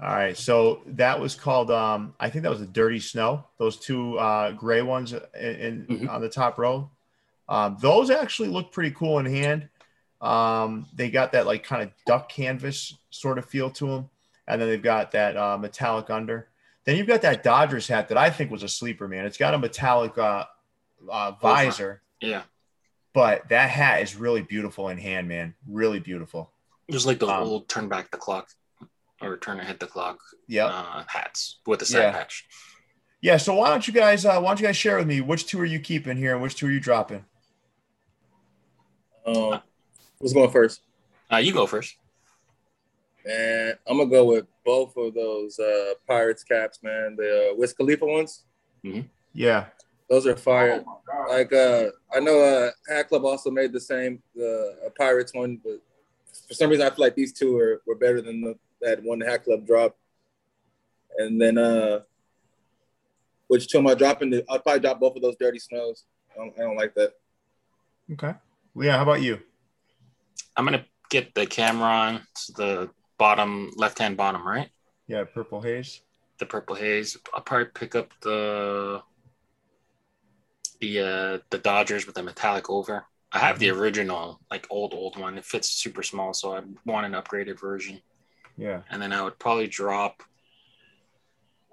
All right, so that was called. Um, I think that was the Dirty Snow. Those two uh, gray ones in, in
Mhm.
on the top row. Um, those actually look pretty cool in hand. Um, they got that like kind of duck canvas sort of feel to them, and then they've got that uh, metallic under. Then you've got that Dodgers hat that I think was a sleeper, man. It's got a metallic uh, uh, visor,
Yeah,
but that hat is really beautiful in hand, man. Really beautiful.
it was like those
Um,
old turn back the clock or turn ahead the clock
Yep.
uh, hats with the side
Oh. Yeah.
patch.
Yeah, so why don't you guys uh, why don't you guys share with me which two are you keeping here and which two are you dropping?
Um, who's going first?
Uh, you go first.
And I'm gonna go with both of those uh, Pirates caps, man. The uh, Wiz Khalifa ones.
Yeah.
Those are fire. like uh, I know uh, Hat Club also made the same the uh, Pirates one, but for some reason I feel like these two are were better than the, that one Hat Club dropped. And then uh, which two am I dropping? The- I'll probably drop both of those Dirty Snows. I don't, I don't like that.
Okay. Leon, how about you?
I'm gonna get the camera on to the bottom left hand bottom right.
Yeah, purple haze.
The purple haze. I'll probably pick up the the uh, the Dodgers with the metallic over. I have
Mm-hmm.
the original, like old old one. It fits super small, so I want an upgraded version.
Yeah.
and then I would probably drop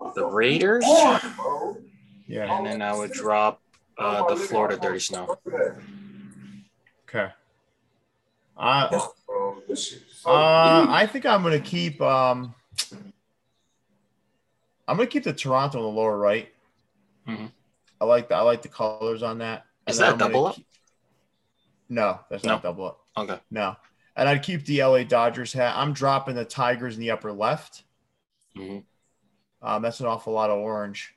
Uh,
the Raiders,
Oh, Yeah.
and then I would drop
oh,
uh, the Florida Dirty Snow.
Okay. I uh, I think I'm gonna keep um I'm gonna keep the Toronto in the lower right.
Mhm.
I like the I like the colors on that.
Is
And
that
I'm gonna
double up?
keep- No, that's
No.
not double up.
Okay,
No. And I'd keep the LA Dodgers hat. I'm dropping the Tigers in the upper left.
Mhm.
Um, that's an awful lot of orange.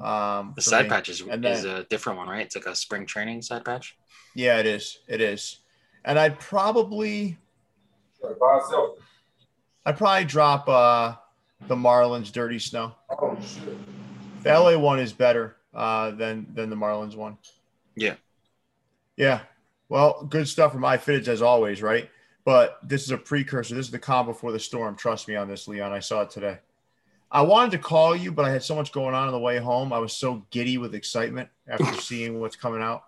Um,
the
for
side
me.
patch is,
And
is
then-
a different one, right? It's like a spring training side patch.
Yeah, it is. It is. And I'd probably, I'd probably drop uh, the Marlins Dirty Snow. The LA one is better uh, than than the Marlins one.
Yeah.
Yeah. Well, good stuff from iFitteds as always, right? But this is a precursor. This is the calm before the storm. Trust me on this, Leon. I saw it today. I wanted to call you, but I had so much going on on the way home. I was so giddy with excitement after seeing what's coming out.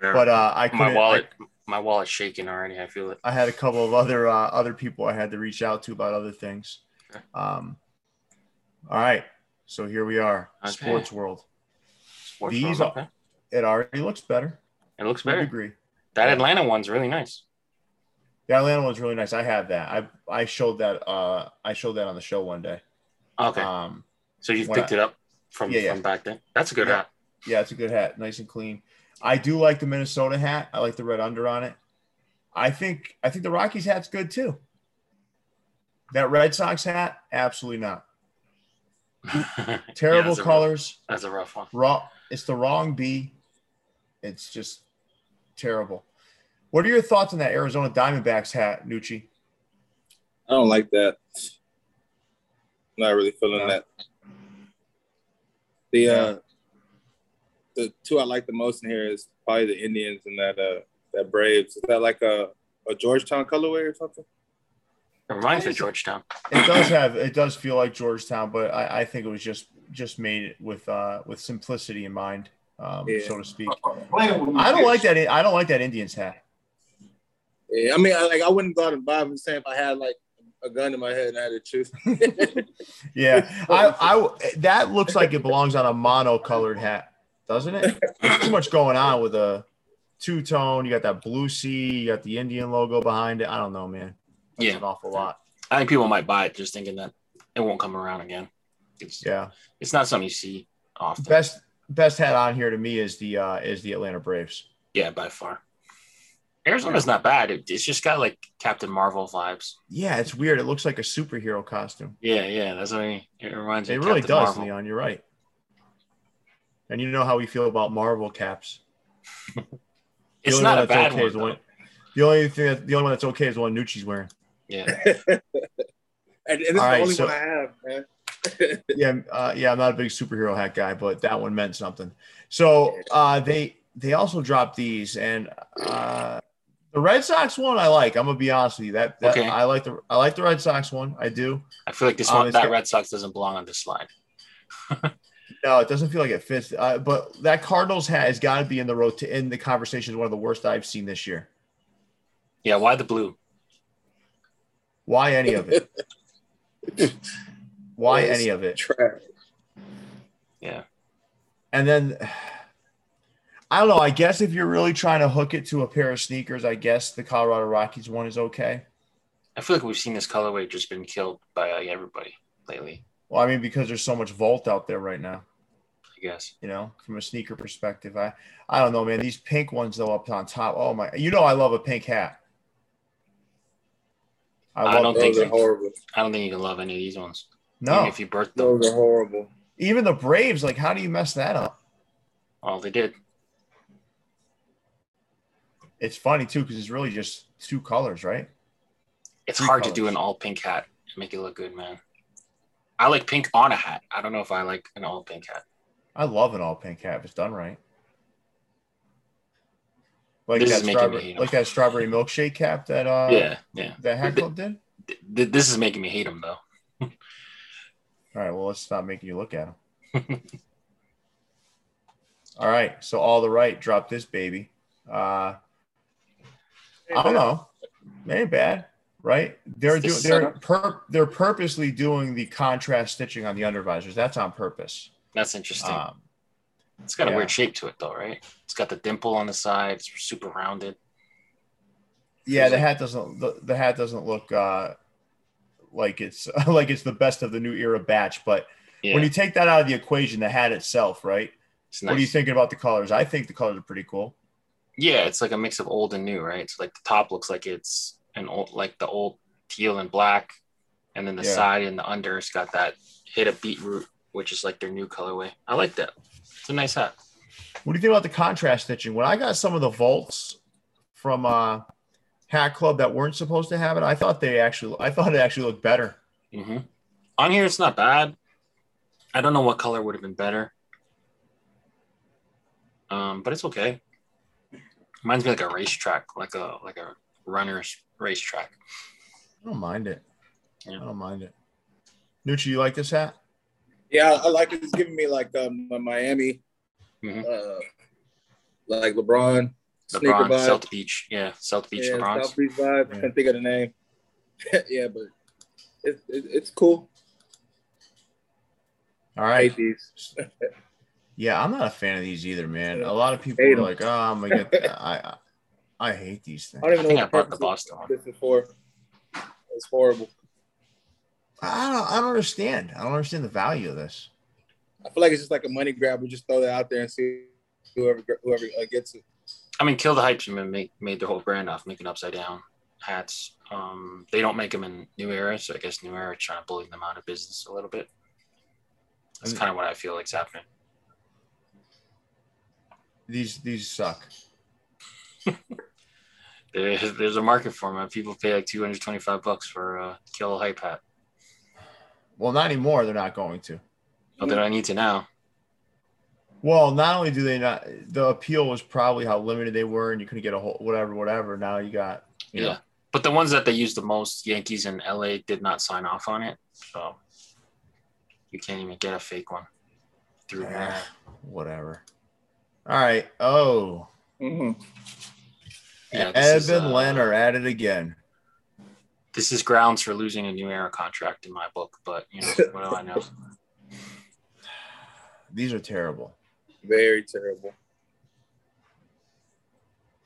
But uh, I
my
couldn't-
wallet, my wallet's shaking already. I feel it.
I had a couple of other uh, other people I had to reach out to about other things.
Okay.
Um, all right, so here we are,
Okay.
sports world.
Sports
These
room,
are-
okay.
It already looks better
It looks
to a
better.
degree.
That Atlanta one's really nice.
The Atlanta one's really nice. I have that. I I showed that. Uh, I showed that on the show one day.
Okay,
Um,
so you've
when
picked it up from
Yeah, yeah.
from back then. That's a good
Yeah.
hat.
yeah, it's a good hat, nice and clean. I do like the Minnesota hat. I like the red under on it. I think I think the Rockies hat's good too. That Red Sox hat, absolutely not. Terrible
that's a rough-
colors.
That's a rough one.
raw it's the wrong B. It's just terrible. What are your thoughts on that Arizona Diamondbacks hat, Nucci?
I don't like that. Not really feeling
No.
that. The uh, the two I like the most in here is probably the Indians and that uh that Braves. Is that like a a Georgetown colorway or something?
It reminds me of Georgetown.
It does have it does feel like Georgetown, but I, I think it was just just made with uh with simplicity in mind, um,
Yeah.
so to speak.
Playing with me,
I don't
bitch.
like that. I don't like that Indians hat.
Yeah, I mean, I, like I wouldn't go out and buy them saying if I had like a gun in my head and I had to choose.
Yeah, I, I that looks like it belongs on a monocolored hat, doesn't it? There's too much going on with a two tone. You got that blue sea. You got the Indian logo behind it. I don't know, man. That's
Yeah.
an awful lot.
I think people might buy it just thinking that it won't come around again. It's,
Yeah,
it's not something you see often.
best best hat on here to me is the uh is the Atlanta Braves.
Yeah, by far. Arizona's not bad. It, it's just got like Captain Marvel vibes.
Yeah, it's weird. It looks like a superhero costume.
Yeah, yeah, that's what I mean. It reminds me.
It
of
really
Captain
does,
Marvel.
Leon. You're right. And you know how we feel about Marvel caps. The
It's
only
not
one
a
that's
bad
okay
one.
is the one.
though.
The only thing, that, the only one that's okay is the one Nucci's wearing.
Yeah,
And, and it's
All
the
right,
only
so-
one I have, man.
yeah, uh, yeah, I'm not a big superhero hat guy, but that one meant something. So uh, they they also dropped these, and uh, the Red Sox one I like. I'm gonna be honest with you. That, that
Okay.
I like the I like the Red Sox one. I do.
I feel like this
Oh,
one,
it's
that
got-
Red Sox doesn't belong on this slide.
No, it doesn't feel like it fits. Uh, but that Cardinals hat has got to be in the road to end the conversation. Is one of the worst I've seen this year.
Yeah, why the blue?
Why any of it? Why
Yes.
any of it?
Trash.
Yeah,
And then I don't know. I guess if you're really trying to hook it to a pair of sneakers, I guess the Colorado Rockies one is okay.
I feel like we've seen this colorway just been killed by like, everybody lately.
Well, I mean, because there's so much vault out there right now,
I guess.
you know, from a sneaker perspective. I, I don't know, man. These pink ones though up on top. Oh my, you know, I love a pink hat. I,
I
love
don't
those.
think
Those are
so.
horrible.
I don't think you can love any of these ones. Even
no,
if you birthed them,
Those are horrible.
even the Braves. Like, how do you mess that up?
all they did.
It's funny too because it's really just two colors, right?
It's
Three
hard to
colors.
do an all pink hat and make it look good, man. I like pink on a hat. I don't know if I like an all pink hat.
I love an all pink hat if it's done right. Like
This
that
is making me
strawberry,
hate 'em.
like that strawberry milkshake cap that uh
yeah, yeah.
that hat club did.
Th- th- this is making me hate them though.
All right. Well, let's stop making you look at them. all right. So all the right drop this baby. Uh, I don't know. They ain't bad, right? They're
It's the
doing. They're
setup.
pur- They're purposely doing the contrast stitching on the undervisors. That's on purpose.
That's interesting.
Um,
it's got a
yeah.
weird shape to it though, right? It's got the dimple on the side. It's super rounded.
yeah, the hat doesn't. The, the hat doesn't look uh, like it's like it's the best of the new era batch. But
Yeah,
when you take that out of the equation, the hat itself, right?
it's
What are you
nice.
thinking about the colors? I think the colors are pretty cool.
Yeah, it's like a mix of old and new, right? So like the top looks like it's an old, like the old teal and black, and then the
Yeah.
side and the under has got that hit of beetroot, which is like their new colorway. I like that. It's a nice hat.
What do you think about the contrast stitching? When I got some of the vaults from uh, Hat Club that weren't supposed to have it, I thought they actually, I thought it actually looked better.
hmm On here, it's not bad. I don't know what color would have been better, um, but it's okay. Reminds me like a racetrack, like a like a runner's racetrack.
I don't mind it.
Yeah.
I don't mind it. Nucci, you like this hat?
Yeah, I like it. It's giving me like um, my Miami,
Mhm.
uh, like LeBron, sneaker
LeBron,
vibe.
South Beach, yeah, South Beach,
yeah,
LeBron.
South Beach vibe.
Yeah.
Can't think of the name. yeah, but it's it, it's cool.
All
I
right.
hate these.
Yeah, I'm not a fan of these either, man. A lot of people
Hate
are
'em.
like, oh, I'm gonna get. that." I, I, I hate these things.
I don't even
I think
know
I
what
brought the
purpose
Boston one.
this is for. It's horrible.
I don't, I don't understand. I don't understand the value of this.
I feel like it's just like a money grab. We just throw that out there and see whoever whoever uh, gets it.
I mean, Kill the Hype's been make, made their whole brand off making upside down hats. Um, they don't make them in New Era, so I guess New Era is trying to bully them out of business a little bit. That's
Mm.
kind of what I feel like's happening.
These, these suck.
There's, there's a market for them. People pay like 225 bucks for uh, Kill Hype Hat.
Well, not anymore. They're not going to. Mm.
But then I need to now.
Well, not only do they not, the appeal was probably how limited they were, and you couldn't get a whole whatever, whatever. Now you got, you
Yeah.
know,
But the ones that they used the most, Yankees and LA, did not sign off on it. So you can't even get a fake one through
Yeah.
that.
whatever. All right. Oh,
Mm-hmm.
Mhm.
Yeah, this
Evan
is, uh,
Leonard at it again.
This is grounds for losing a new era contract in my book, but you know, what do I know?
These are terrible.
Very terrible.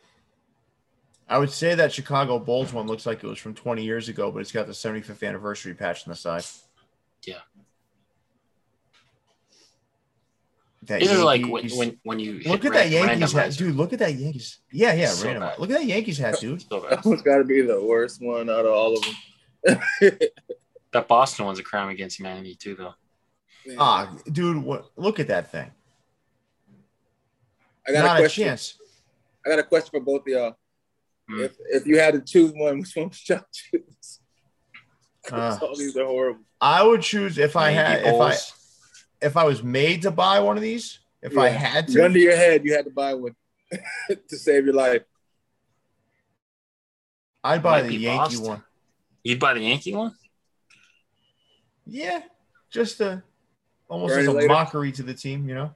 I would say that Chicago Bulls one looks like it was from 20 years ago, but it's got the 75th anniversary patch on the side.
Yeah.
That
This is like when,
Yankees-
when, when you hit
look at
ran-
that Yankees hat,
randomizer.
dude. Look at that Yankees. Yeah, yeah,
So
random.
bad.
Look at that Yankees hat, dude.
So bad.
That one's got to be the worst one out of all of them.
That Boston one's a crime against humanity too, though.
Man,
Ah, dude, what? Look at that thing.
I got
Not
a
a
question.
chance.
I got a question for both of y'all.
Hmm.
If if you had to choose one, which one would y'all choose?
Uh.
All these are horrible.
I would choose if I had
Yankee
if I
Bulls.
if I was made to buy one of these. If I
Yeah.
had to,
Gun to your head, you had to buy one to save your life.
I'd
Might
buy the
be
Yankee
Boston.
one.
You'd buy the Yankee one?
Yeah, just to almost
Ready
as a
later?
mockery to the team, you know.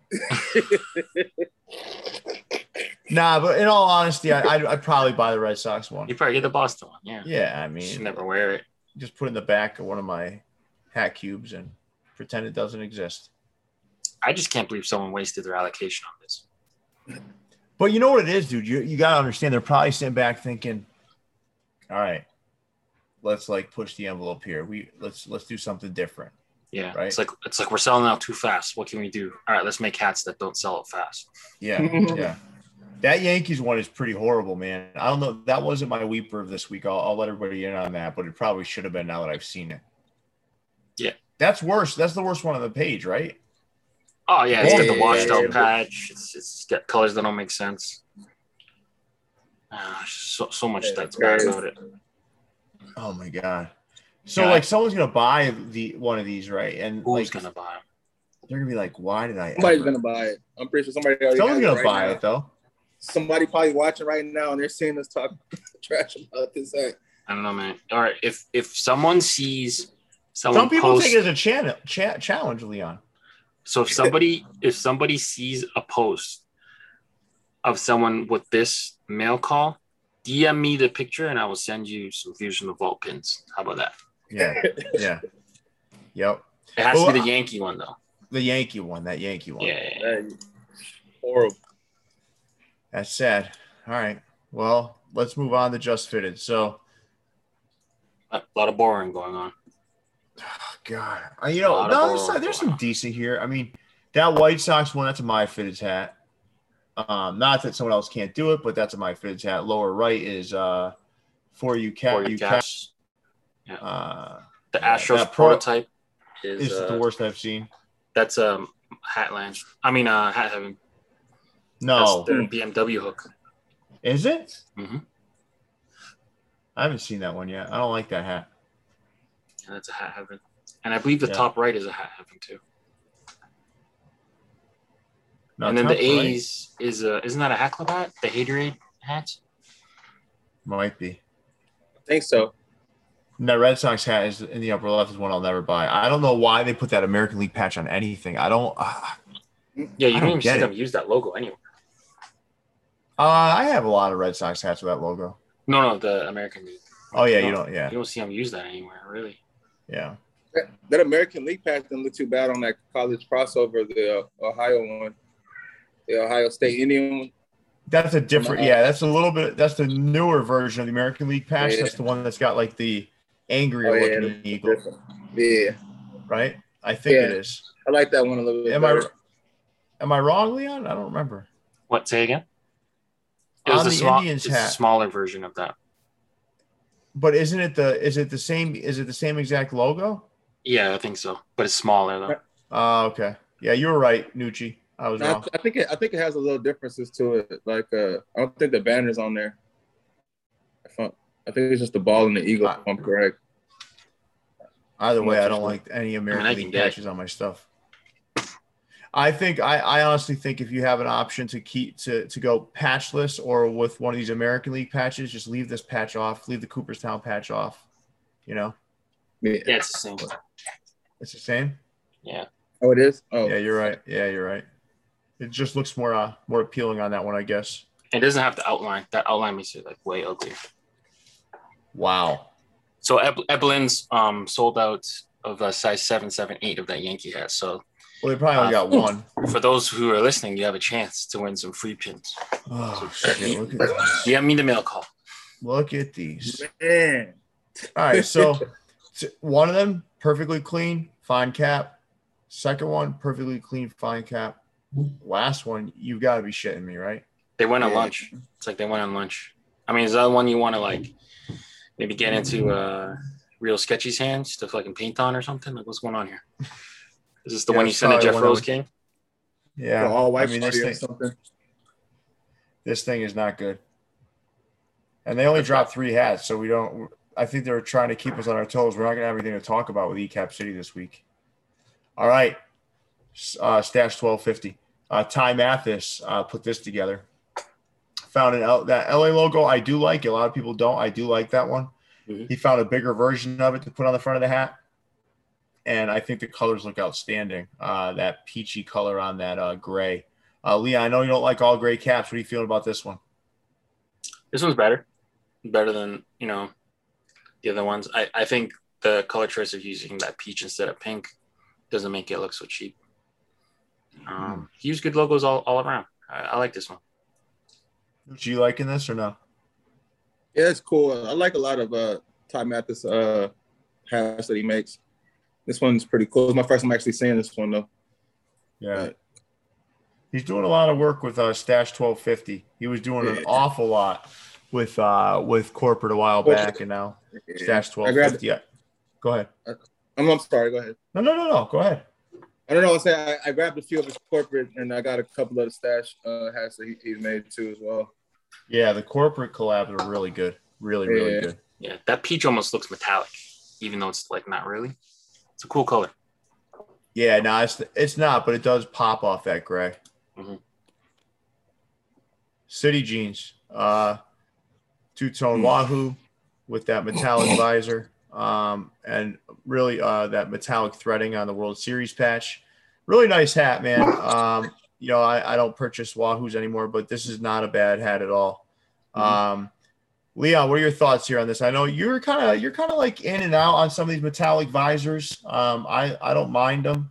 nah, but in all honesty, I, I'd, I'd probably buy the Red Sox
You'd
one.
probably get the Boston one, yeah.
Yeah, I
You should
mean,
never wear it.
just put it in the back of one of my hat cubes and pretend it doesn't exist.
I just can't believe someone wasted their allocation on this.
But you know what it is, dude. You you gotta understand. They're probably sitting back thinking, "All right, let's like push the envelope here. We let's let's do something different."
Yeah,
Right.
it's like it's like we're selling out too fast. What can we do? All right, let's make hats that don't sell out fast.
Yeah, yeah. That Yankees one is pretty horrible, man. I don't know. That wasn't my weeper of this week. I'll, I'll let everybody in on that, but it probably should have been now that I've seen it.
Yeah.
That's worse. That's the worst one on the page, right?
Oh yeah, it's
Yeah,
got the
yeah,
washed
yeah,
out
yeah.
patch. It's, it's got colors that don't make sense. Ah, so, so much
Yeah,
that's
there
bad
is.
about it.
Oh my god. So
Yeah.
like someone's gonna buy the one of these, right? And
Who's
like
gonna buy 'em?
they're gonna be like, why did I?
Somebody's
ever-
gonna buy it. I'm pretty sure somebody already
Someone's
has
gonna
right
buy
now.
it though.
Somebody probably watching right now and they're seeing us talk trash about this act.
I don't know, man. All right, if if someone sees someone
Some people
post,
take it as a channel cha- challenge, Leon.
So if somebody if somebody sees a post of someone with this mail call, DM me the picture and I will send you some Fusion of Vault pins. How about that?
Yeah, yeah, yep.
It has to
Well,
be the Yankee one though.
The Yankee one, that Yankee one.
Yeah, yeah, yeah.
Hey, horrible.
That's sad. All right. Well, let's move on to just fitted. So,
a lot of boring going on.
oh, God, I- you know,
Lot of
no, there's,
horrible.
there's some decent here. I mean, that White Sox one, that's a my fitted hat. Um, not that someone else can't do it, but that's a my fitted hat. Lower right is uh, for you cat.
Or
you
you
cat.
catch
Uh,
the
Yeah,
Astros
that pro-
prototype is,
is
uh,
the worst I've seen.
that's um Hatland. I mean uh Hat Heaven. That's
No,
their BMW hook.
is it?
Mhm.
I haven't seen that one yet. I don't like that hat.
Yeah, that's a Hat Heaven. And I believe the
Yeah.
top right is a Hat Heaven too.
No,
and then
top
the
right
A's is a isn't that a Hackler hat? The Haterade hat?
might be.
I think so.
And that Red Sox hat is in the upper left is one I'll never buy. I don't know why they put that American League patch on anything. I don't. Uh,
Yeah,
I
you
don't
don't even see
get it.
them use that logo anywhere.
uh, I have a lot of Red Sox hats with that logo.
No, no, the American League.
Oh yeah, you
No,
don't. Yeah,
You don't see them use that anywhere, really.
yeah.
That, that American League pass didn't look too bad on that college crossover, the uh, Ohio one, the Ohio State Indian one.
That's a different. Yeah, that's a little bit. That's the newer version of the American League patch.
Yeah.
That's the one that's got like the angrier
Oh, yeah,
looking
that's
eagle,
different. yeah,
right? I think
Yeah.
it is.
I like that one a little bit.
Am I?
better.
Am I wrong, Leon? I don't remember.
What? Say again.
On
a
the
small-
Indians
it's a
hat.
smaller version of that.
But isn't it the? Is it the same? Is it the same exact logo?
Yeah, I think so, but it's smaller though.
Uh, okay. Yeah, you were right, Nucci. I was
I,
wrong.
th- I think it, I think it has a little differences to it. Like uh, I don't think the banner's on there. I think it's just the ball and the eagle. if I'm correct.
Either way, I don't like any American
I can
League
get it.
catches on my stuff. I think I, I honestly think if you have an option to keep to to go patchless or with one of these American League patches, just leave this patch off, leave the Cooperstown patch off. You know,
Yeah.
Yeah, it's the same.
it's the same.
Yeah.
Oh, it is. Oh,
Yeah, you're right. Yeah, you're right. It just looks more uh, more appealing on that one, I guess.
It doesn't have the outline. That outline makes it like way uglier.
Wow.
So Eb- Ebelin's um sold out of a size seven, seven, eight of that Yankee hat. So
Well, they probably only
Uh,
got one.
for those who are listening, you have a chance to win some free pins.
Oh shit! Look at these.
Yeah, I mean the mail call.
Look at these.
man.
All right, so t- one of them perfectly clean, fine cap. Second one perfectly clean, fine cap. Last one, you got to be shitting me, right?
They went on
Yeah.
lunch. It's like they went on lunch. I mean, is that one you want to like maybe get into uh real sketchy's hands to fucking paint on or something? Like what's going on here? Is this the
Yeah,
one you
it's
sent to
probably
Jeff
one I
Rose
would-
King?
Yeah,
all
I
white
mean,
party
this
or
thing-
something.
this thing is not good. And they only dropped three hats, so we don't. I think they were trying to keep us on our toes. We're not gonna have anything to talk about with ECap City this week. All right, S- uh, stash twelve fifty. Uh, Ty Mathis uh, put this together. Found an L- that LA logo. I do like it. A lot of people don't. I do like that one.
Mhm.
He found a bigger version of it to put on the front of the hat, and I think the colors look outstanding. Uh, that peachy color on that uh, gray. Uh, Leah, I know you don't like all gray caps. What are you feeling about this one?
This one's better. Better than, you know, the other ones. I, I think the color choice of using that peach instead of pink doesn't make it look so cheap.
Hmm.
Um, he used good logos all, all around. I, I like this one.
Do you liking this or no?
Yeah, it's cool. I like a lot of uh Ty Mathis uh hats that he makes. This one's pretty cool. It's my first time actually seeing this one though.
Yeah.
Right.
He's doing a lot of work with uh, Stash 1250. He was doing an
Yeah.
awful lot with uh, with corporate a while
Corporate.
back, and now Stash 1250. Yeah. Go ahead.
I'm, I'm sorry, go ahead.
No, no, no, no. Go ahead.
I don't know. I'll say I, I grabbed a few of his corporate and I got a couple of the stash uh, hats that he, he made too as well.
Yeah, the corporate collabs are really good. Really, really
Yeah.
good.
Yeah, that peach almost looks metallic, even though it's like not really. It's a cool color.
Yeah, no, it's it's not, but it does pop off that gray.
Mhm.
City jeans, uh, two tone
Mm.
Wahoo with that metallic visor, um, and really uh, that metallic threading on the World Series patch. Really nice hat, man. Um, you know, I, I don't purchase Wahoos anymore, but this is not a bad hat at all.
Mhm.
Um, Leon, what are your thoughts here on this? I know you're kind of you're kind of like in and out on some of these metallic visors. Um, I I don't mind them,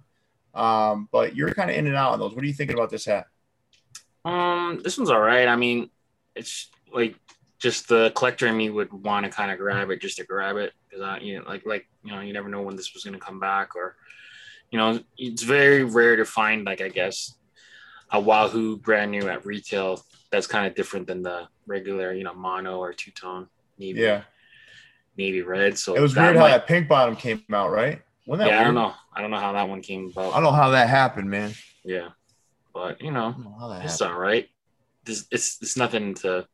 um, but you're kind of in and out on those. What are you thinking about this hat?
Um, this one's all right. I mean, it's like just the collector in me would want to kind of grab it just to grab it because I, you know, like like you know, you never know when this was gonna come back or, you know, it's very rare to find like I guess a Wahoo brand new at retail that's kind of different than the regular you know mono or two tone navy
Yeah,
navy red. So
it was
that
weird how
might-
that pink bottom came out, right? Wasn't that
yeah, I
weird?
don't know. I don't know how that one came about.
I don't know how that happened, man.
Yeah, but you
I
know,
don't know how that
it's
happened.
all right. This it's it's nothing to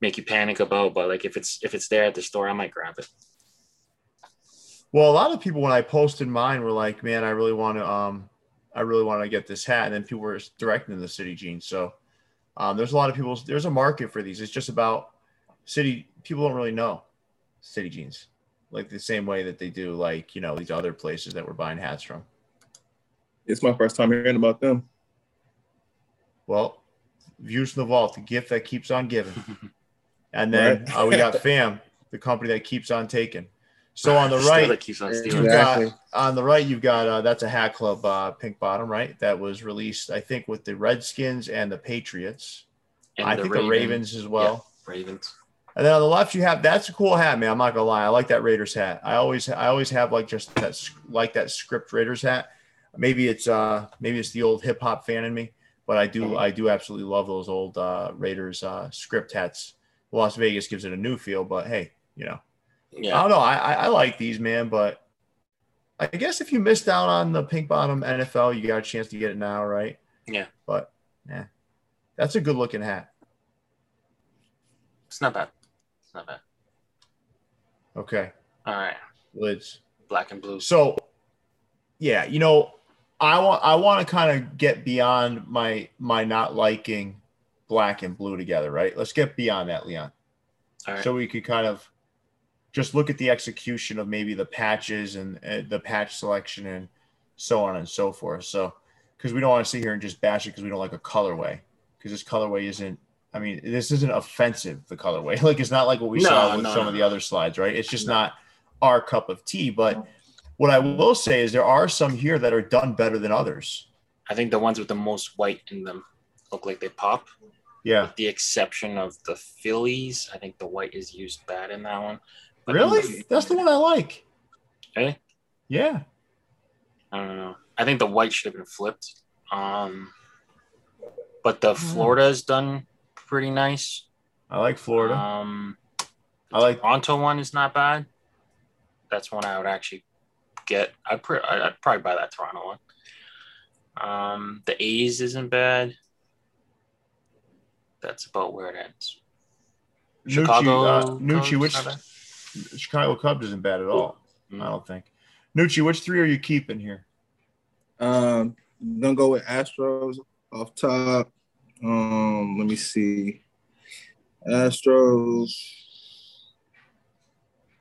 make you panic about, but like if it's if it's there at the store, I might grab it.
Well, a lot of people when I posted mine were like, "Man, I really want to, um, I really want to get this hat," and then people were directing the city jeans. So um, there's a lot of people. There's a market for these. It's just about city. People don't really know city jeans like the same way that they do like you know these other places that we're buying hats from.
It's my first time hearing about them.
Well, views from the vault, the gift that keeps on giving. And then
Right.
uh, we got FAM, the company that keeps on taking. So on the right,
that keeps on stealing.
You've
Exactly.
got on the right. You've got uh, that's a Hat Club uh, pink bottom, right? That was released, I think, with the Redskins and the Patriots.
And
I think the Ravens as well.
Ravens.
And then on the left, you have that's a cool hat, man. I'm not gonna lie, I like that Raiders hat. I always, I always have like just that s- like that script Raiders hat. Maybe it's uh maybe it's the old hip hop fan in me, but I do I do absolutely love those old uh, Raiders uh, script hats. Las Vegas gives it a new feel, but hey, you know. I
Yeah,
don't know. I, I I like these, man, but I guess if you missed out on the pink bottom NFL, you got a chance to get it now, right?
Yeah.
But yeah, that's a good looking hat.
it's not bad. It's not bad.
Okay.
All right.
Lids.
Black and blues.
So, yeah, you know, I want I want to kind of get beyond my my not liking black and blue together, right? Let's get beyond that, Leon.
All right.
So we could kind of just look at the execution of maybe the patches and uh, the patch selection and so on and so forth. So, because we don't want to sit here and just bash it because we don't like a colorway, because this colorway isn't. I mean, this isn't offensive. The colorway, like, it's not like what we
No,
saw with
no,
some
no,
of the
no.
other slides, right? It's just not our cup of tea. But what I will say is there are some here that are done better than others.
I think the ones with the most white in them look like they pop.
Yeah.
With the exception of the Phillies, I think the white is used bad in that one. But
Really? That's the one I like.
Really?
Yeah.
I don't know. I think the white should have been flipped. Um, but the Florida's done pretty nice.
I like Florida.
Um,
I like
Toronto one is not bad. That's one I would actually get. I'd, pr- I- I'd probably buy that Toronto one. Um, the A's isn't bad. That's about where it ends. Chicago.
Nucci, uh,
Cubs,
Nucci which Mm.
not bad.
Chicago Cubs isn't bad at all. I don't think. Nucci, which three are you keeping here?
Um, I'm gonna go with Astros off top. Um, let me see. Astros.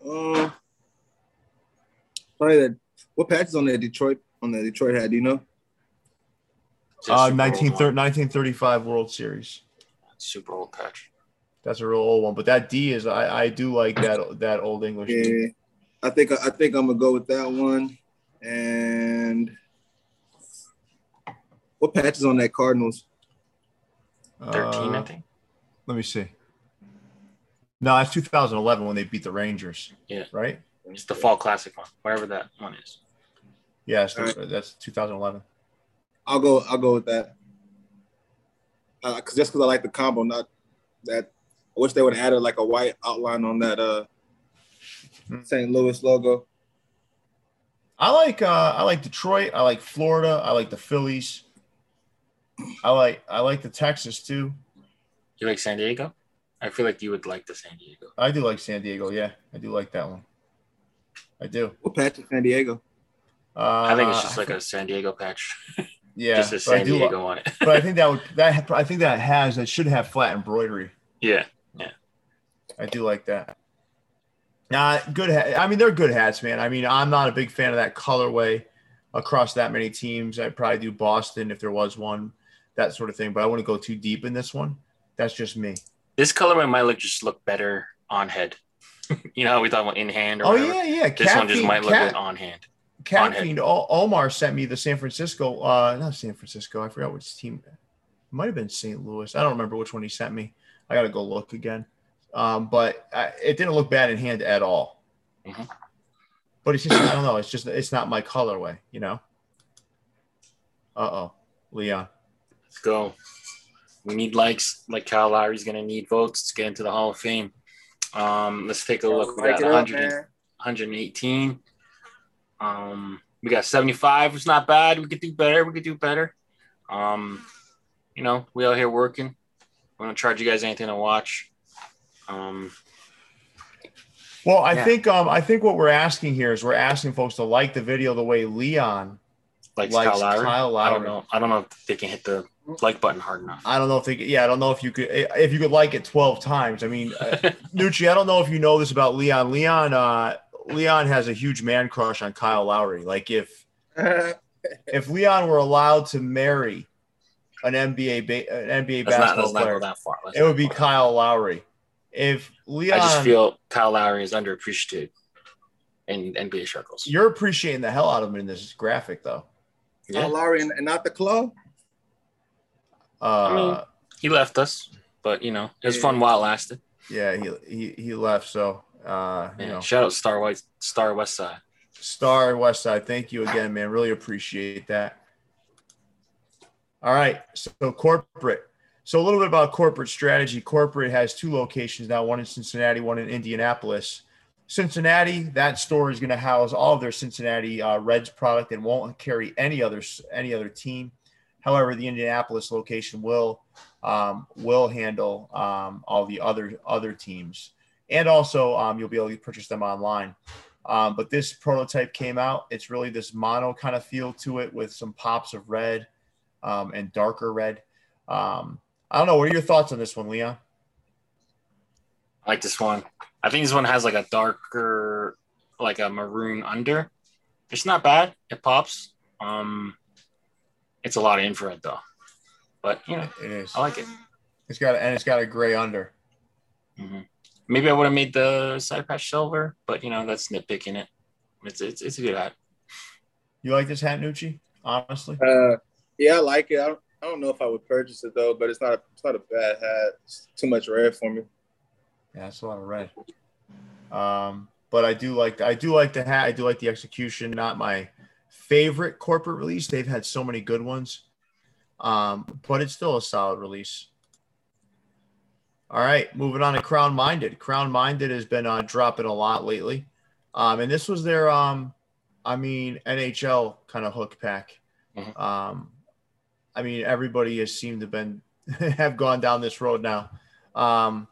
Um, probably that. What patch is on that Detroit on that Detroit hat? Do you know?
It's a
Uh,
super old
1930,
one.
1935 World Series.
Super old patch.
That's a real old one, but that D is I, I do like that that old English. D.
Yeah, I think I think I'm gonna go with that one. And what patch is on that Cardinals?
Thirteen, I
Uh,
think.
let me see. No, that's 2011 when they beat the Rangers.
Yeah.
Right.
It's the fall classic one, wherever that one is.
Yes,
All
that's 2011.
I'll go. I'll go with that. Uh, cause just because I like the combo, not that. I wish they would have added like a white outline on that uh
Hmm.
St. Louis logo.
I like uh, I like Detroit. I like Florida. I like the Phillies. I like I like the Texas too.
You like San Diego? I feel like you would like the San Diego.
I do like San Diego. Yeah, I do like that one. I do.
What patch is San Diego?
Uh,
I think it's just like a San Diego patch,
yeah.
just a
but I
San
do.
Diego on it.
But I think that would that I think that has that should have flat embroidery.
yeah,
I do like that. Nah, good. Ha- I mean, they're good hats, man. I mean, I'm not a big fan of that colorway across that many teams. I'd probably do Boston if there was one, that sort of thing. But I wouldn't go too deep in this one. That's just me.
this colorway might look just look better on head. you know how we talk about in hand or
Oh
whatever?
yeah, yeah.
This one just
Caffeine-
might look
ca-
good on hand. on
Cat
him.
Fiend, O- Omar sent me the San Francisco, uh, not San Francisco. I forgot which team. It might have been St. Louis. I don't remember which one he sent me. I got to go look again. Um, but I, it didn't look bad in hand at all.
Mhm.
But it's just, I don't know. It's just, it's not my colorway, you know? Uh oh, Leon.
Let's go. We need likes. Like Kyle Lowry's going to need votes to get into the Hall of Fame. Um, let's take a look. We got 100 and- 118. Um, we got 75. It's not bad. We could do better. We could do better. Um, you know, we out here working. We don't charge you guys anything to watch. Um,
Well, I
Yeah.
think, um, I think what we're asking here is we're asking folks to like the video the way Leon
like
likes
Kyle Lowry.
Kyle Lowry.
I don't know. I don't know if they can hit the like button hard enough.
I don't know if they. Yeah, I don't know if you could. If you could like it twelve times. I mean, uh, Nucci, I don't know if you know this about Leon. Leon, uh, Leon has a huge man crush on Kyle Lowry. Like if
man.
if Leon were allowed to marry an NBA ba- an NBA
Let's not,
basketball
let's not go
player,
that far. Let's
it would be
not go that
Kyle Lowry. If Leon,
far. I just feel Kyle Lowry is underappreciated in NBA circles.
you're appreciating the hell out of him in this graphic, though.
Kyle
Yeah,
Oh, Lowry and, and not the club.
Uh,
mean- he left us, but you know, it was fun while it lasted.
yeah, he, he he left. So uh, you
Yeah.
know,
Shout out Star White, Star West Side.
Star West Side, thank you again, man. Really appreciate that. All right. So corporate. So a little bit about corporate strategy. Corporate has two locations now, one in Cincinnati, one in Indianapolis. Cincinnati, that store is going to house all of their Cincinnati uh, Reds product and won't carry any other any other team. However, the Indianapolis location will um, will handle um, all the other other teams. and also um, you'll be able to purchase them online. Um, but this prototype came out. It's really this mono kind of feel to it with some pops of red um, and darker red. Um, I don't know. What are your thoughts on this one, Leon?
I like this one. I think this one has like a darker, like a maroon under. It's not bad. It pops. Um, it's a lot of infrared though, but you know,
It is.
I like it.
It's got and it's got a gray under.
hmm Maybe I would have made the side patch silver, but you know, that's nitpicking it. It's it's, it's a good hat.
You like this hat, Nucci? Honestly,
Uh, yeah, I like it. I don't, I don't know if I would purchase it though, but it's not a, it's not a bad hat. It's too much red for me.
yeah, it's a lot of red. Um, but I do like I do like the hat. I do like the execution. Not my favorite corporate release. They've had so many good ones, um, but it's still a solid release. All right, moving on to Crown Minded. Crown Minded has been uh, dropping a lot lately, um, and this was their, um, I mean, NHL kind of hook pack.
Mhm.
Um, I mean, everybody has seemed to been have gone down this road now. Um,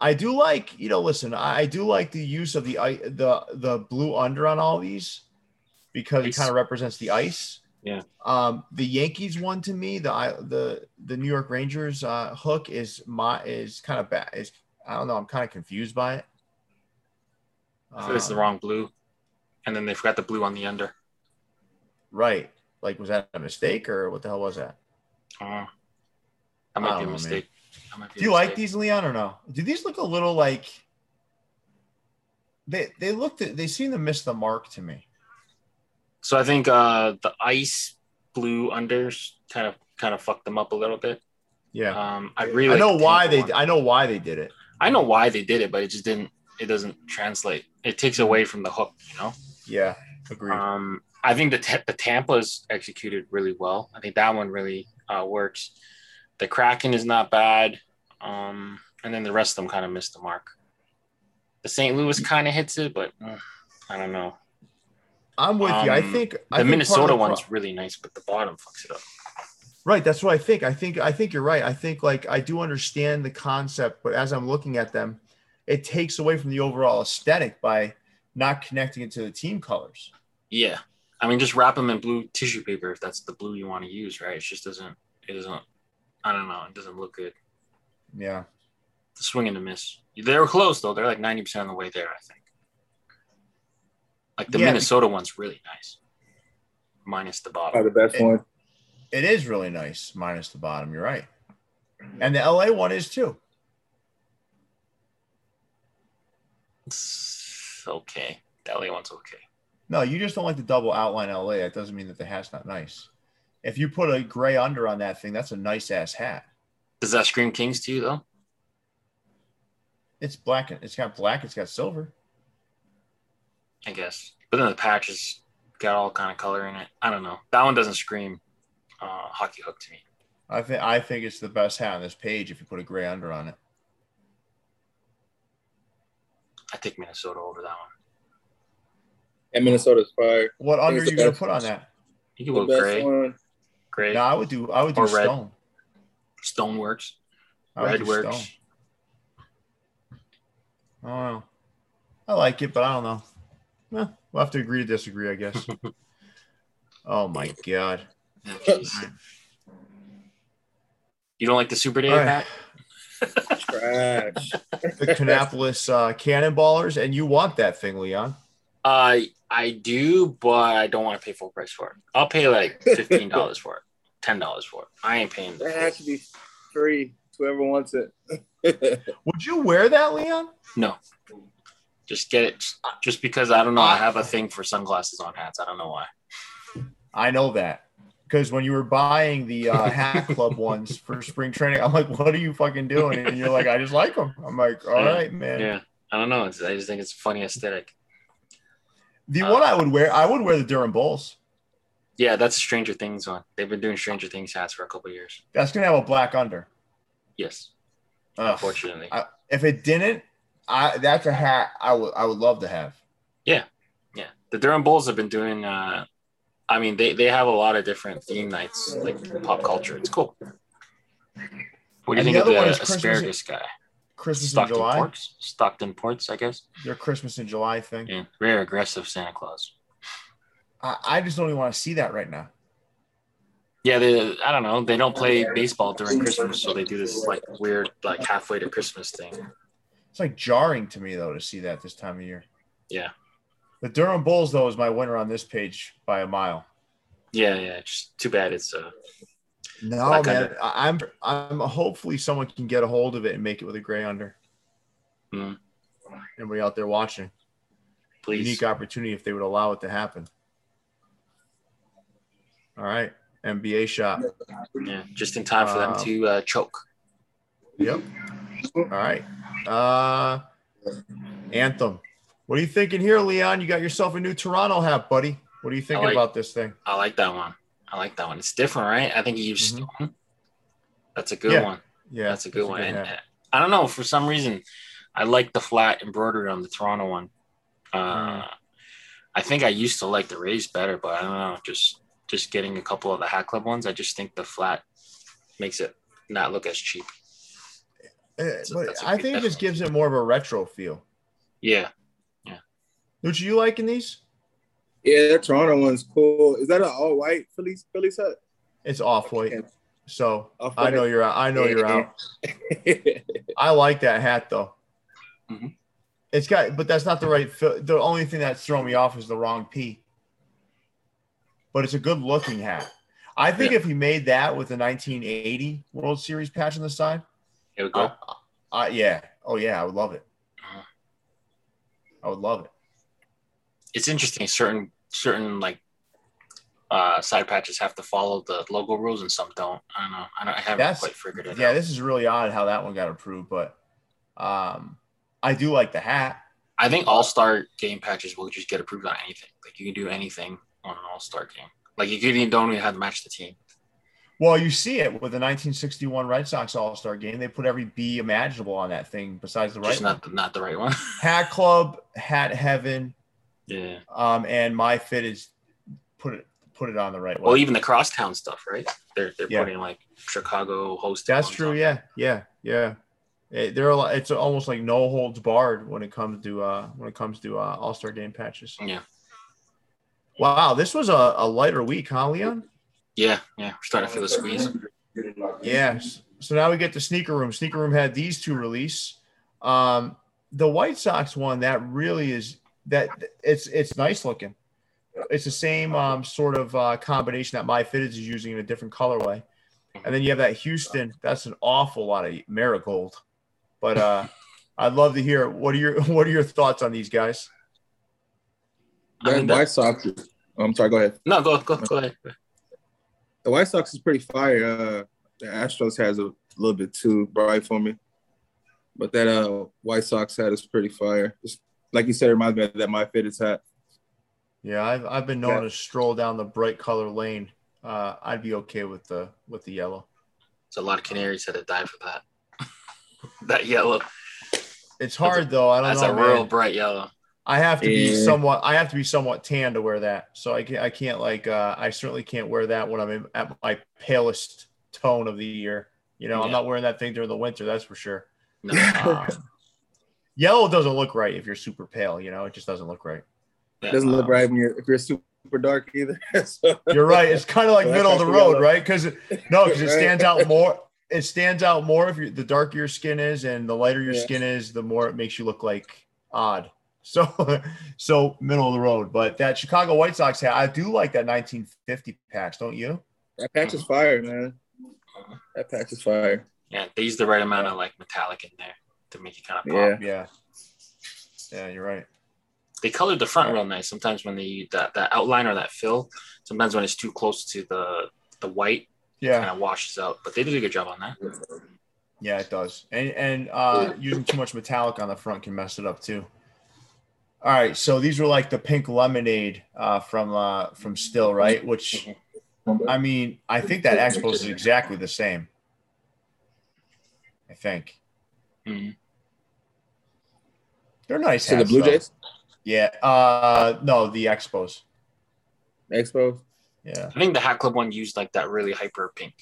I do like, you know, listen, I I do like the use of the i- the the blue under on all these because
Ice.
it kind of represents the ice.
Yeah.
Um, the Yankees one to me, the I- the the New York Rangers uh, hook is my is kind of bad. Is I don't know. I'm kind of confused by it.
I think it's the
Um,
wrong blue, and then they forgot the blue on the under.
Right. Like, was that a mistake or what the hell was that?
Uh, that
I
might be
don't know,
a
Oh, man.
mistake. That might be
Do you
a
like
mistake.
these, Leon, or no? Do these look a little like they they looked they seem to miss the mark to me?
So I think uh, the ice blue unders kind of kind of fucked them up a little bit.
Yeah.
Um, I really
I know
like the
why they
pink one.
I know why they did it.
I know why they did it, but it just didn't. It doesn't translate. It takes away from the hook, you know.
Yeah. Agreed.
Um, I think the t- the Tampa is executed really well. I think that one really uh, works. The Kraken is not bad, um, and then the rest of them kind of missed the mark. The St. Louis kind of hits it, but uh, I don't know.
I'm with you. I
um,
think
The
I think part of
Minnesota
the pro-
one's really nice, but the bottom fucks it up.
Right, that's what I think. I think I think you're right. I think like I do understand the concept, but as I'm looking at them, it takes away from the overall aesthetic by not connecting it to the team colors.
Yeah, I mean, just wrap them in blue tissue paper if that's the blue you want to use, right? It just doesn't. It doesn't. I don't know. It doesn't look good.
Yeah.
It's a swing and a miss. They were close though. They're like ninety percent of the way there, I think. Like the
Yeah,
Minnesota one's really nice, minus the bottom.
Probably the best
It-
one.
It is really nice, minus the bottom. You're right. And the LA one is too.
It's okay. The LA one's okay.
No, you just don't like the double outline LA. That doesn't mean that the hat's not nice. If you put a gray under on that thing, that's a nice ass hat.
Does that scream Kings to you though?
It's black. and It's got black. It's got silver.
I guess. But then the patch has got all kind of color in it. I don't know. That one doesn't scream uh, hockey hook to me.
I think I think it's the best hat on this page if you put a gray under on it.
I take Minnesota over that one.
And Minnesota's fire.
What
think
under are
it's
you
the
gonna
best.
put on that?
You
The
can go
best
gray,
one.
gray.
No, I would do. I would do
Or red.
stone.
Stone works.
I would
Red
do
works.
stone. I don't know. I like it, but I don't know. Eh, we'll have to agree to disagree, I guess. oh my god!
Yeah, jeez. you don't like the Super Day
All right.
Pat?
Trash.
The Canapolis uh, Cannonballers, and you want that thing, Leon?
Uh, I do, but I don't want to pay full price for it. I'll pay like fifteen dollars for it, ten dollars for it. I ain't paying. The
that
full.
has to be free to whoever wants it.
Would you wear that, Leon?
Just get it, just because I don't know. I have a thing for sunglasses on hats. I don't know why.
I know that because when you were buying the uh, Hat Club ones for spring training, I'm like, "What are you fucking doing?" And you're like, "I just like them." I'm like, "All
Yeah.
right, man."
Yeah, I don't know. It's, I just think it's a funny aesthetic.
The
Uh,
one I would wear, I would wear the Durham Bulls.
Yeah, that's a Stranger Things one. They've been doing Stranger Things hats for a couple years.
That's gonna have a black under.
Yes, Oh,
Ugh.
unfortunately.
I- If it didn't, I that's a hat I would I would love to have.
Yeah, the Durham Bulls have been doing. uh I mean, they they have a lot of different theme nights, like pop culture. It's cool. What do you
And the
think of
other one
the
is Christmas-
asparagus guy?
Christmas
Stockton
in July.
Ports. Stockton Ports, I guess.
Their Christmas in July thing.
Yeah. Very aggressive Santa Claus.
I, I just don't even want to see that right now.
Yeah, they, I don't know. They don't play baseball during Christmas, so they do this like weird, like halfway to Christmas thing.
It's like jarring to me though to see that this time of year.
Yeah.
The Durham Bulls though is my winner on this page by a mile.
Yeah, yeah. it's Just too bad it's uh,
No
Black
man, I- I'm I'm hopefully someone can get a hold of it and make it with a gray under.
Hmm.
Anybody out there watching?
please.
Unique opportunity if they would allow it to happen. All right, NBA shot.
Yeah, just in time for them
Um,
to uh, choke.
Yep. All right. Uh, anthem. What are you thinking here, Leon? You got yourself a new Toronto hat, buddy. What are you thinking
like-
about this thing?
I like that one. I like that one. It's different, right? I think you used that's a good
Mm-hmm. Yeah.
one.
Yeah,
that's a good one. And,
hat.
uh, I don't know. For some reason, I like the flat embroidery on the Toronto one. Uh, I think I used to like the Rays better, but I don't know. Just just getting a couple of the Hat Club ones, I just think the flat makes it not look as cheap.
Eh,
a-
but
that's a
I
good-
think it
that's-
just gives it more of a retro feel.
Yeah,
Lucha, you liking these?
Yeah, that Toronto one's cool. Is that an all white Phillies Phillies hut?
It's off white, so I
Off-white.
know you're out. I know you're out.
yeah,
I like that hat though.
Mhm.
It's got, but that's not the right. fi- The only thing that's thrown me off is the wrong P. But it's a good looking hat. I think
Yeah.
if he made that with the 1980 World Series patch on the side,
here we go.
I, I- yeah, oh yeah, I would love it.
Uh-huh.
I would love it.
it's interesting. Certain certain like uh, side patches have to follow the logo rules, and some don't. I don't know. I, don't, I haven't
That's-
quite figured it
Yeah,
out.
this is really odd how that one got approved, but um, I do like the hat.
I think all star game patches will just get approved on anything. Like you can do anything on an all star game. Like you could even don't even have to match the team.
Well, you see it with the 1961 Red Sox All Star game. They put every B imaginable on that thing besides the right
Just not the, not the right one.
Hat Club, Hat Heaven,
yeah.
um, and My Fit is put it put it on the right
Well,
way.
even the crosstown stuff, right? They're they're
Yeah.
putting like Chicago host.
That's true. Yeah, yeah, yeah. It, there are a lot, it's almost like no holds barred when it comes to uh, when it comes to uh, All Star Game patches.
Yeah.
Wow, this was a, a lighter week, huh, Leon?
Yeah. Yeah. We're starting to feel the squeeze.
Yes. So now we get to sneaker room. Sneaker room had these two release. Um, the White Sox one that really is that it's it's nice looking. It's the same um, sort of uh, combination that My Fitteds is using in a different colorway, and then you have that Houston. That's an awful lot of marigold, but uh, I'd love to hear what are your what are your thoughts on these guys?
I mean,
that White
that-
Sox. is- I'm sorry. Go ahead.
no, go go go ahead.
The White Sox is pretty fire. Uh, the Astros has a little bit too bright for me, but that uh, White Sox hat is pretty fire. Just, like you said, it reminds me of that my fittest hat.
Yeah, I've I've been known to stroll down the bright color lane. Uh, I'd be okay with the with the yellow.
It's a lot of canaries that have died for that. that yellow.
It's hard though. I don't
That's
know.
a
man.
real bright yellow.
I have to be
Yeah.
somewhat. I have to be somewhat tan to wear that. So I can't. I can't like. Uh, I certainly can't wear that when I'm in, at my palest tone of the year. You know, I'm
Yeah.
not wearing that thing during the winter. That's for sure.
No.
Um, yellow doesn't look right if you're super pale. You know, it just doesn't look right.
Yeah.
It doesn't look
Um,
right when you're, if you're super dark either. So-
You're right. It's kind of like
Well,
middle of
that's
the
actually
road,
yellow.
right? Because no, because it
Right.
stands out more. It stands out more if you the darker your skin is, and the lighter your
Yeah.
skin is, the more it makes you look like odd. So, so middle of the road. But that Chicago White Sox hat, I do like that 1950 patch, don't you?
that patch is fire, man. That patch is fire.
Yeah, they use the right amount of like metallic in there to make it kind of pop.
Yeah.
Yeah. Yeah, you're right.
They colored the front real nice. Sometimes when they that that outline or that fill, sometimes when it's too close to the the white, kind
Yeah,
of washes out. But they did a good job on that.
yeah, it does. And and uh, using too much metallic on the front can mess it up too. All right, so these were like the pink lemonade uh, from uh, from Still, right? Which I mean, I think that Expos is exactly the same. I think
Mhm.
they're nice.
To the
hats,
Blue
though.
Jays
Yeah. Uh, no, the Expos.
Expo.
Yeah.
I think the Hat Club one used like that really hyper pink.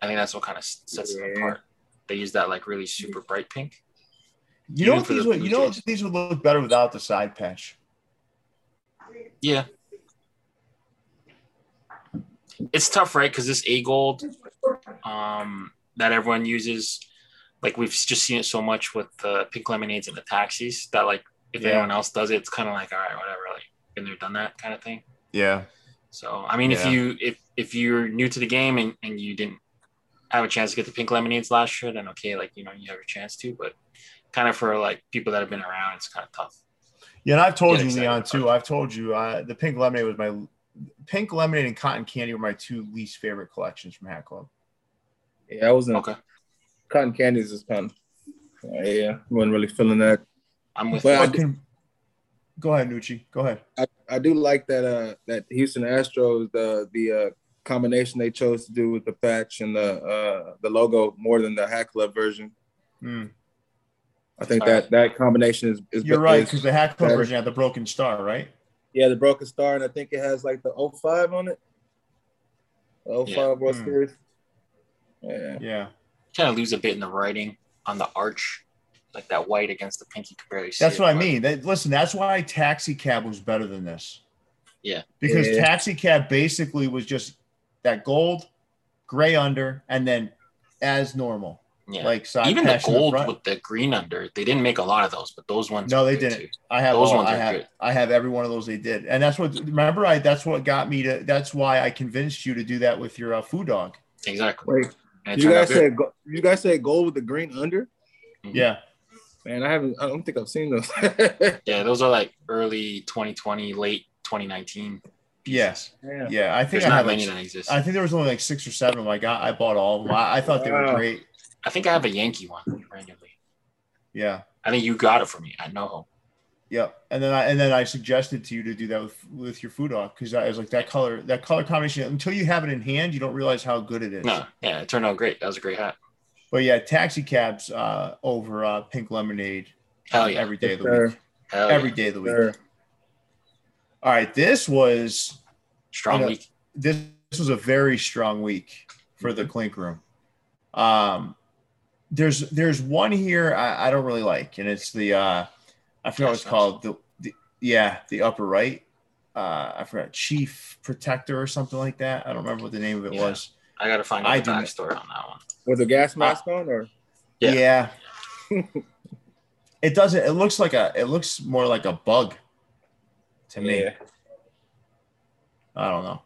I think that's what kind of sets them
Yeah.
apart. They use that like really super bright pink.
You know
Even
what
for
these
the-
would
for
you
the
know
Jets.
what these would look better without the side patch.
Yeah. It's tough, right? Because this A gold um, that everyone uses, like we've just seen it so much with the pink lemonades and the taxis that, like, if
Yeah.
anyone else does it, it's kind of like, all right, whatever, like, been there, done that kind of thing.
Yeah.
So, I mean, if
Yeah.
you if if you're new to the game and, and you didn't have a chance to get the pink lemonades last year, then okay, like, you know, you have your chance to, but kind of for like people that have been around, it's kind of tough.
Yeah, and I've told
Get
you,
excited
Leon,
about
too. I've told you uh, the pink lemonade was my pink lemonade and cotton candy were my two least favorite collections from Hat Club.
Yeah, I was
Hmm.
in
Okay.
cotton candies is kind of uh, yeah, wasn't really feeling that.
I'm with
But
you.
I
But can- go ahead, Nucci. Go ahead.
I, I do like that uh that Houston Astros the the uh, combination they chose to do with the patch and the uh the logo more than the Hack Club version.
Mm.
I think
All
that that combination is, is
You're right
is-
because the Hat Club
better.
version had the broken star, right?
Yeah, the broken star, and I think it has like the 05 on it. The 05
Yeah.
World
Hmm.
Series. Yeah.
Yeah,
kind of lose a bit in the writing on the arch, like that white against the pink. You can barely see.
that's
it,
what I
but
mean. That, listen, that's why Taxi Cab was better than this.
Yeah.
because
Yeah.
Taxi Cab basically was just that gold, gray under, and then as normal,
Yeah,
like side
even the
patch in
gold
front.
with the green under, they didn't make a lot of those, but those ones.
No,
were
they
good,
didn't.
too.
I have
Those
all,
ones
I
are
have
good.
I have every one of those they did, and that's what remember I that's what got me to that's why I convinced you to do that with your uh, food dog.
Exactly.
Wait,
And it
you
turned out
guys
good.
said go- you guys said gold with the green under?
Mhm.
Yeah,
Man, I haven't. I don't think I've seen those.
yeah, those are like early 2020, late 2019.
yes,
yeah.
yeah. I think
There's
I
not
have
many
like,
that exist.
I
I,
think there was only like six or seven of them. I got I bought all of them. I, I thought they were
Wow.
great.
think I have a Yankee one randomly.
Yeah,
I think you got it for me. I know.
yep. And then I and then I suggested to you to do that with with your food dog because I was like that color that color combination until you have it in hand you don't realize how good it is.
No, yeah, it turned out great. That was a great hat.
But yeah, taxi cabs uh, over uh, pink lemonade
Hell yeah.
every day of the
Sure.
week.
Hell yeah.
Every day of the week.
Sure.
All right, this was
strong
Yeah.
week.
this, this was a very strong week for the clink room. Um, there's there's one here I, I don't really like, and it's the uh, I forgot what it's called the, the yeah the upper right. Uh, I forgot chief protector or something like that. I don't remember what the name of it
Yeah.
was.
I got to find
I
out the
didn't-
backstory on that one.
With a gas mask on, or
Yeah.
Yeah. it doesn't. It looks like a. It looks more like a bug to me.
Yeah.
I don't know.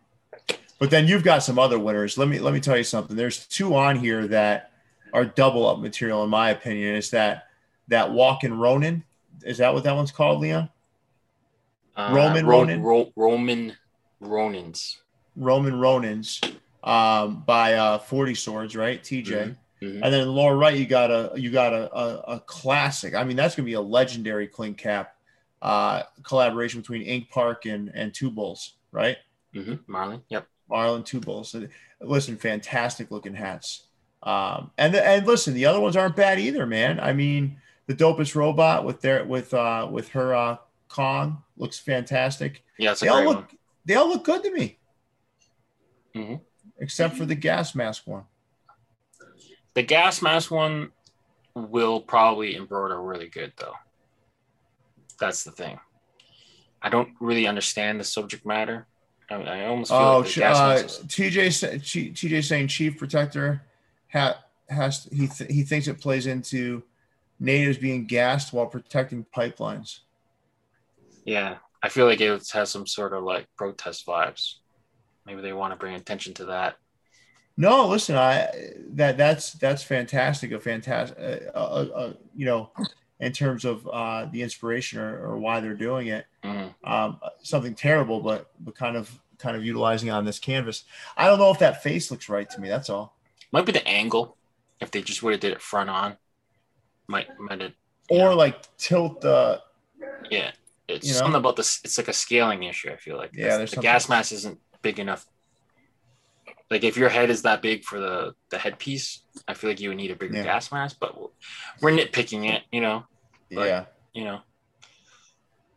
But then you've got some other winners. Let me let me tell you something. There's two on here that are double up material, in my opinion. Is that that Walkin Ronin? Is that what that one's called, Leon?
Uh,
Roman
Ro-
Ronin?
Ro- Roman Ronins.
Roman Ronin's um, by uh, Forty Swords, right? TJ.
Mhm.
And then Laura Wright, you got a you got a a, a classic. I mean, that's gonna be a legendary clink cap uh, collaboration between Ink Park and and Two Bulls, right?
Mm-hmm. Marlin. Yep.
Marlon Two Bulls. And listen, fantastic looking hats. Um, and and listen, the other ones aren't bad either, man. I mean, the dopest robot with their with uh with her uh Kong looks fantastic.
Yeah, it's a
They all
great
look
one.
they all look good to me.
Mhm.
Except for the gas mask one.
The gas mask one will probably embroider really good, though. That's the thing. I don't really understand the subject matter. I, I almost feel
Oh,
like the
sh-
gas
uh,
mask is-
TJ, sa- Ch- TJ saying chief protector ha- has he th- he thinks it plays into natives being gassed while protecting pipelines.
yeah, I feel like it has some sort of like protest vibes. Maybe they want to bring attention to that.
No, listen, I that that's that's fantastic. A fantastic, uh, uh, uh, you know, in terms of uh, the inspiration or, or why they're doing it.
Mhm.
Um, something terrible, but but kind of kind of utilizing on this canvas. I don't know if that face looks right to me. That's all.
Might be the angle. If they just would have did it front on, might might have.
Or like tilt the
Yeah, it's
You know?
something about this. It's like a scaling issue. I feel like
Yeah,
That's-
there's
the
something-
gas mask isn't big enough. Like if your head is that big for the the headpiece, I feel like you would need a bigger
Yeah.
gas mask. But we're, we're nitpicking it, you know. Right.
yeah.
You know.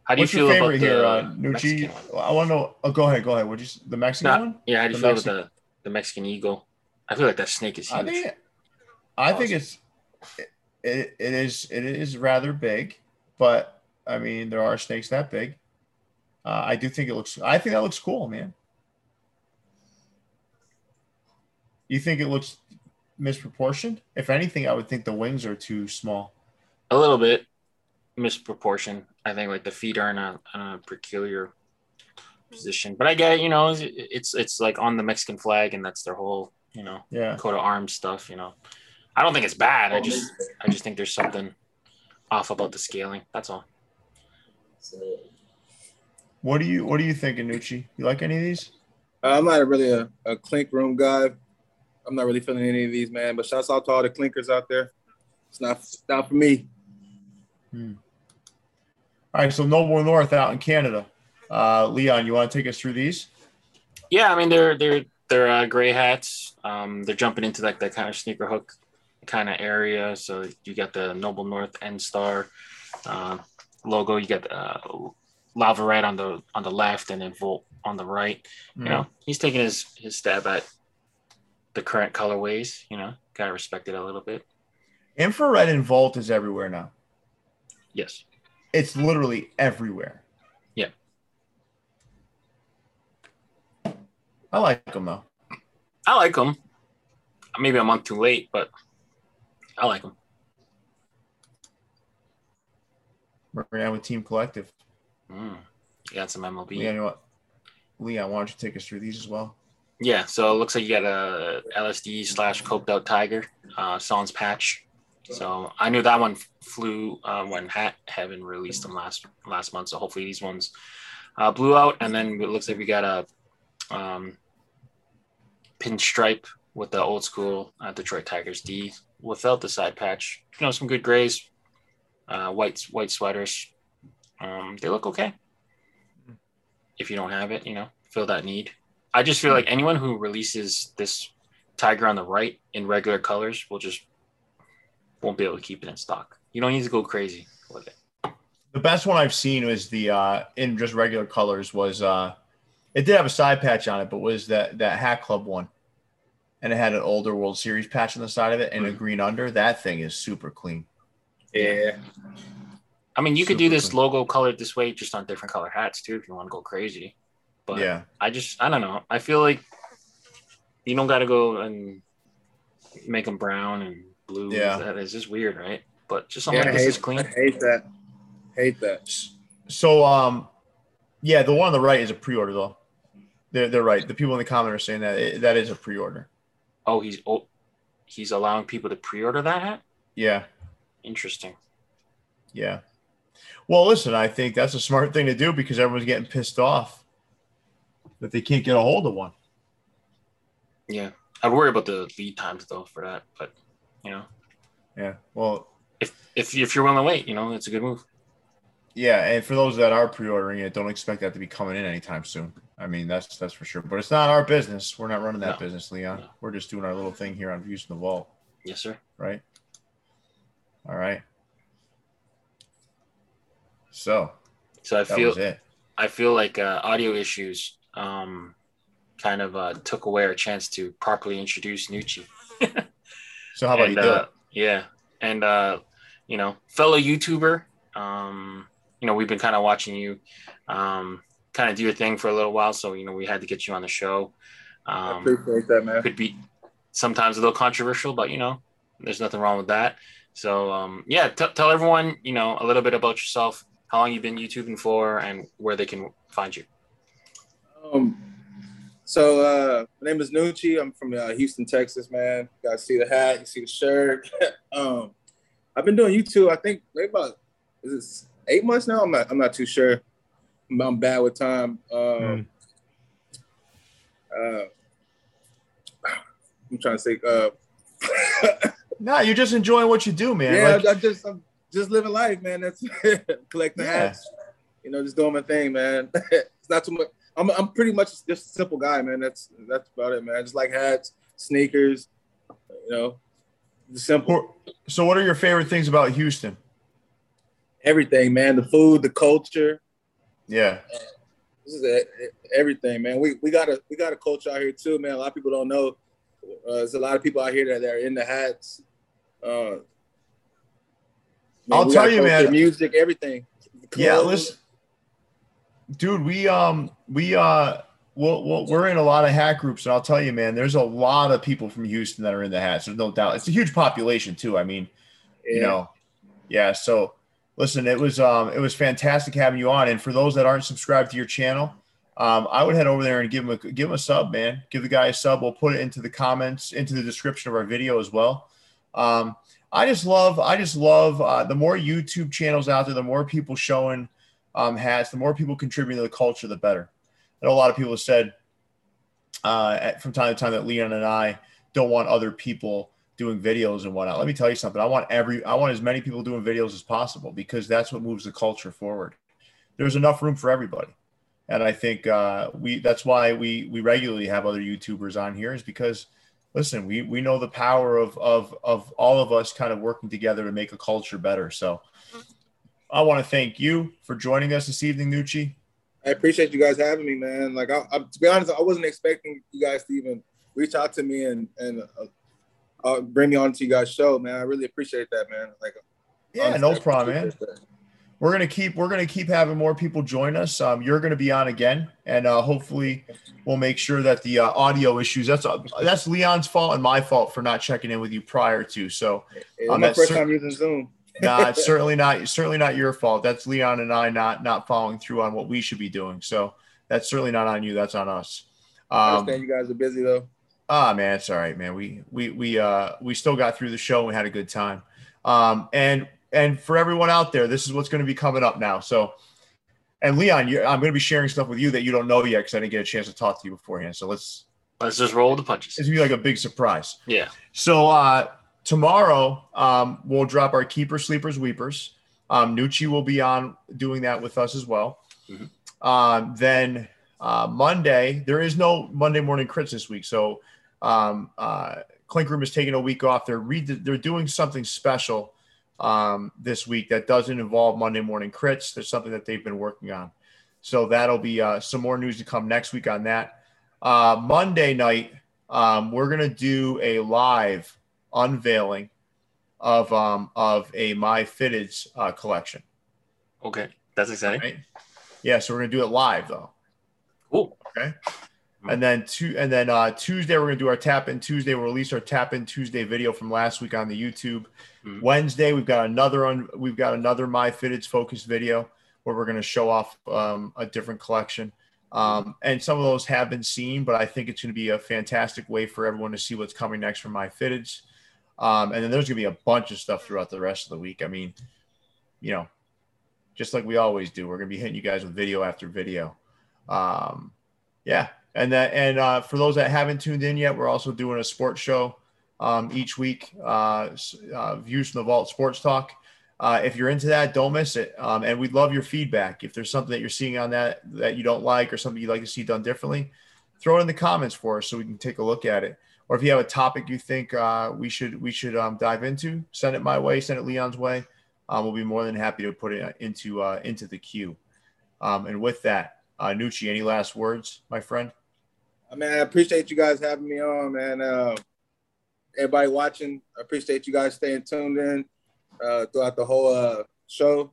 How do
What's
you feel
your
about
favorite
the
here? Uh, Nucci?
Mexican one?
I want to know. Oh, go ahead. Go ahead. What you s- the Mexican
Nah,
one?
Yeah, how do you
The
feel about the the Mexican eagle? I feel like that snake is
I
huge.
think. I think it's. it, it is it is rather big, but I mean there are snakes that big. Uh, I do think it looks. I think that looks cool, man. You think it looks misproportioned? If anything, I would think the wings are too small.
A little bit misproportioned. I think like the feet are in a, in a peculiar position, but I get it, you know it's it's like on the Mexican flag, and that's their whole you know
Yeah.
coat of arms stuff. You know, I don't think it's bad. I just I just think there's something off about the scaling. That's all.
So,
What do you What do you think, Anucci? You like any of these?
Uh, I'm not really a, a clink room guy. I'm not really feeling any of these, man. But shouts out to all the clinkers out there. It's not it's not for me.
All right, so Noble North out in Canada. Uh, Leon, you want to take us through these?
Yeah, I mean they're they're they're uh, gray hats. Um, they're jumping into like that kind of sneaker hook kind of area. So you got the Noble North N Star uh, logo. You got uh, Lava Red on the on the left, and then Volt on the right.
Hmm.
You know, he's taking his his stab at the current colorways. You know, gotta respect it a little bit.
Infrared and Volt is everywhere now.
Yes.
It's literally everywhere.
Yeah.
I like them though.
I like them. Maybe a month too late, but I like them.
We're with Team Collective.
Mm. You got some MLB.
Leon, you want, Leon, why don't you take us through these as well?
Yeah, so it looks like you got a LSD slash coped out tiger, uh, sans patch. So I knew that one flew uh, when Hat Heaven released them last last month. So hopefully these ones uh, blew out, and then it looks like we got a um, pinstripe with the old school uh, Detroit Tigers D without the side patch. You know, some good grays, uh, white white sweaters. Um, they look okay. If you don't have it, you know, fill that need. I just
Hmm.
feel like anyone who releases this tiger on the right in regular colors will just won't be able to keep it in stock. You don't need to go crazy with it.
The best one I've seen was the uh, in just regular colors was uh, it did have a side patch on it, but was that that Hat Club one, and it had an older World Series patch on the side of it and a
Mhm.
green under. That thing is super clean.
Yeah.
I mean, you could do
Super
this
cool.
logo colored this way, just on different color hats too, if you want to go crazy. But
yeah,
I just, I don't know. I feel like you don't got to go and make them brown and blue.
Yeah.
that is just weird, right? But just something
Yeah, I
like this
hate,
is clean.
I hate that. Hate that.
So um, yeah, the one on the right is a pre-order though. They're, they're right. The people in the comment are saying that it, that is a pre-order.
Oh, he's oh, he's allowing people to pre-order that hat.
Yeah,
Interesting.
yeah. Well, listen, I think that's a smart thing to do because everyone's getting pissed off that they can't get a hold of one.
Yeah, I'd worry about the lead times though for that, but you know.
Yeah. Well,
if if if you're willing to wait, you know, it's a good move.
yeah, and for those that are pre-ordering it, don't expect that to be coming in anytime soon. I mean, that's that's for sure. But it's not our business. We're not running that
No.
business, Leon.
No.
We're just doing our little thing here on Views from the Vault,
Yes, sir.
right? All right. So
So I
that
feel
was it.
I feel like uh, audio issues um, kind of uh, took away our chance to properly introduce Nucci.
So how about
and,
you do
uh, Yeah, and uh, you know, fellow YouTuber, um, you know, we've been kind of watching you, um, kind of do your thing for a little while. So you know, we had to get you on the show.
I
Um,
appreciate that, man.
could be sometimes a little controversial, but you know, there's nothing wrong with that. So um, yeah, t- tell everyone you know a little bit about yourself, how long you've been YouTubing for, and where they can find you.
Um, so uh, my name is Nucci. I'm from uh, Houston, Texas, man. You guys see the hat, you see the shirt. um, I've been doing YouTube. I think maybe about is this eight months now. I'm not. I'm not too sure. I'm, I'm bad with time. Um,
Hmm.
uh, I'm trying to say. Uh,
it? No, you're just enjoying what you do, man.
yeah,
Like-
I, I just I'm just living life, man. That's collecting
Yeah.
hats. You know, just doing my thing, man. it's not too much. I'm I'm pretty much just a simple guy, man. That's that's about it, man. I just like hats, sneakers, you know, just simple
who- so what are your favorite things about Houston?
everything, man. The food, the culture.
Yeah.
This is e- e- everything, man. We we got a we got a culture out here too, man. A lot of people don't know. Uh, there's a lot of people out here that, that are in the hats. Uh,
I'll tell
we gotta
you,
post
man.
your music, everything.
Yeah,
Clothes.
listen, dude, we um we uh we'll, we'll, we're in a lot of hat groups, and I'll tell you, man, there's a lot of people from Houston that are in the hats. There's no doubt. It's a huge population too. I mean, you
Yeah.
know, yeah. So listen, it was um it was fantastic having you on, and for those that aren't subscribed to your channel. Um, I would head over there and give him a give him a sub, man. Give the guy a sub. We'll put it into the comments, into the description of our video as well. Um, I just love, I just love uh, the more YouTube channels out there, the more people showing um, hats, the more people contributing to the culture, the better. I know a lot of people have said uh, at, from time to time that Leon and I don't want other people doing videos and whatnot. Let me tell you something. I want every, I want as many people doing videos as possible because that's what moves the culture forward. There's enough room for everybody. And I think uh, we, that's why we, we regularly have other YouTubers on here is because listen, we we know the power of of of all of us kind of working together to make a culture better. So I want to thank you for joining us this evening, Nucci.
I appreciate you guys having me, man. Like, I, I, to be honest, I wasn't expecting you guys to even reach out to me and and uh, uh, bring me on to you guys' show, man. I really appreciate that, man. Like,
Yeah,
honestly, I
no
really
problem, man.
appreciate that.
We're gonna keep we're gonna keep having more people join us. Um, you're gonna be on again, and uh, hopefully we'll make sure that the uh, audio issues that's uh, that's Leon's fault and my fault for not checking in with you prior to. So
It's
I'm
my
at
first
cer-
time using Zoom.
nah, it's certainly not it's certainly not your fault. That's Leon and I not not following through on what we should be doing. So that's certainly not on you. That's on us.
I
Um,
understand you guys are busy though.
Ah man, it's all right, man. We we we uh we still got through the show and had a good time. Um and and for everyone out there, this is what's going to be coming up now. So, and Leon, you, I'm going to be sharing stuff with you that you don't know yet because I didn't get a chance to talk to you beforehand. So let's
Let's just roll the punches.
it's gonna be like a big surprise.
Yeah.
So uh, tomorrow um, we'll drop our keeper sleepers weepers. Um, Nucci will be on doing that with us as well.
Mhm.
Um, then uh, Monday there is no Monday morning crits this week, so um, uh, Clink Room is taking a week off. They're re- they're doing something special um, this week that doesn't involve Monday morning crits. There's something that they've been working on, so that'll be uh, some more news to come next week on that. Uh, Monday night um, we're gonna do a live unveiling of um, of a my fitteds uh, collection.
Okay. That's exciting.
Right? Yeah, so we're gonna do it live though,
Cool.
and then two and then uh, Tuesday we're gonna do our tap in Tuesday. We'll release our tap in Tuesday video from last week on the YouTube.
Mhm.
Wednesday we've got another on we've got another my fitteds focused video where we're gonna show off um, a different collection. Um, and some of those have been seen, but I think it's going to be a fantastic way for everyone to see what's coming next from my fitteds. Um, and then there's going to be a bunch of stuff throughout the rest of the week. I mean, you know, just like we always do, we're going to be hitting you guys with video after video. Um, yeah. And that, and uh, for those that haven't tuned in yet, we're also doing a sports show um, each week, uh, s- uh, Views from the Vault Sports Talk. Uh, if you're into that, don't miss it. Um, and we'd love your feedback. If there's something that you're seeing on that that you don't like or something you'd like to see done differently, throw it in the comments for us so we can take a look at it. Or if you have a topic you think uh, we should we should um, dive into, send it my way. Send it Leon's way. Um, we'll be more than happy to put it into uh, into the queue. Um, and with that, uh, Nucci, any last words, my friend?
I mean, I appreciate you guys having me on, man. Uh, everybody watching, I appreciate you guys staying tuned in uh, throughout the whole uh, show.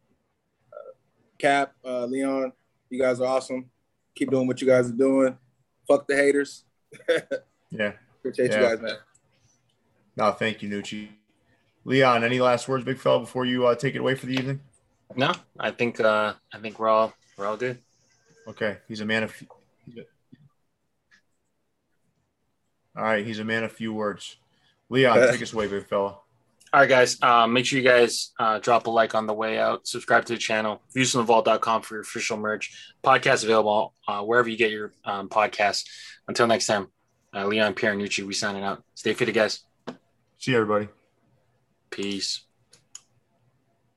Uh, Cap, uh, Leon, you guys are awesome. Keep doing what you guys are doing. Fuck the haters.
Yeah.
Appreciate you
Yeah.
guys, man.
No, thank you, Nucci. Leon, any last words, big fella, before you uh, take it away for the evening?
No, I think uh I think we're all we're all good.
Okay, he's a man of. few- he's a- All right, he's a man of few words. Leon, take us away, big fella.
All right, guys. Um, make sure you guys uh, drop a like on the way out. Subscribe to the channel. Viewsfromthevault.com for your official merch. Podcast available uh, wherever you get your um, podcasts. Until next time, uh, Leon Pierre Nucci, we signing out. Stay fitted, guys.
See you, everybody.
Peace.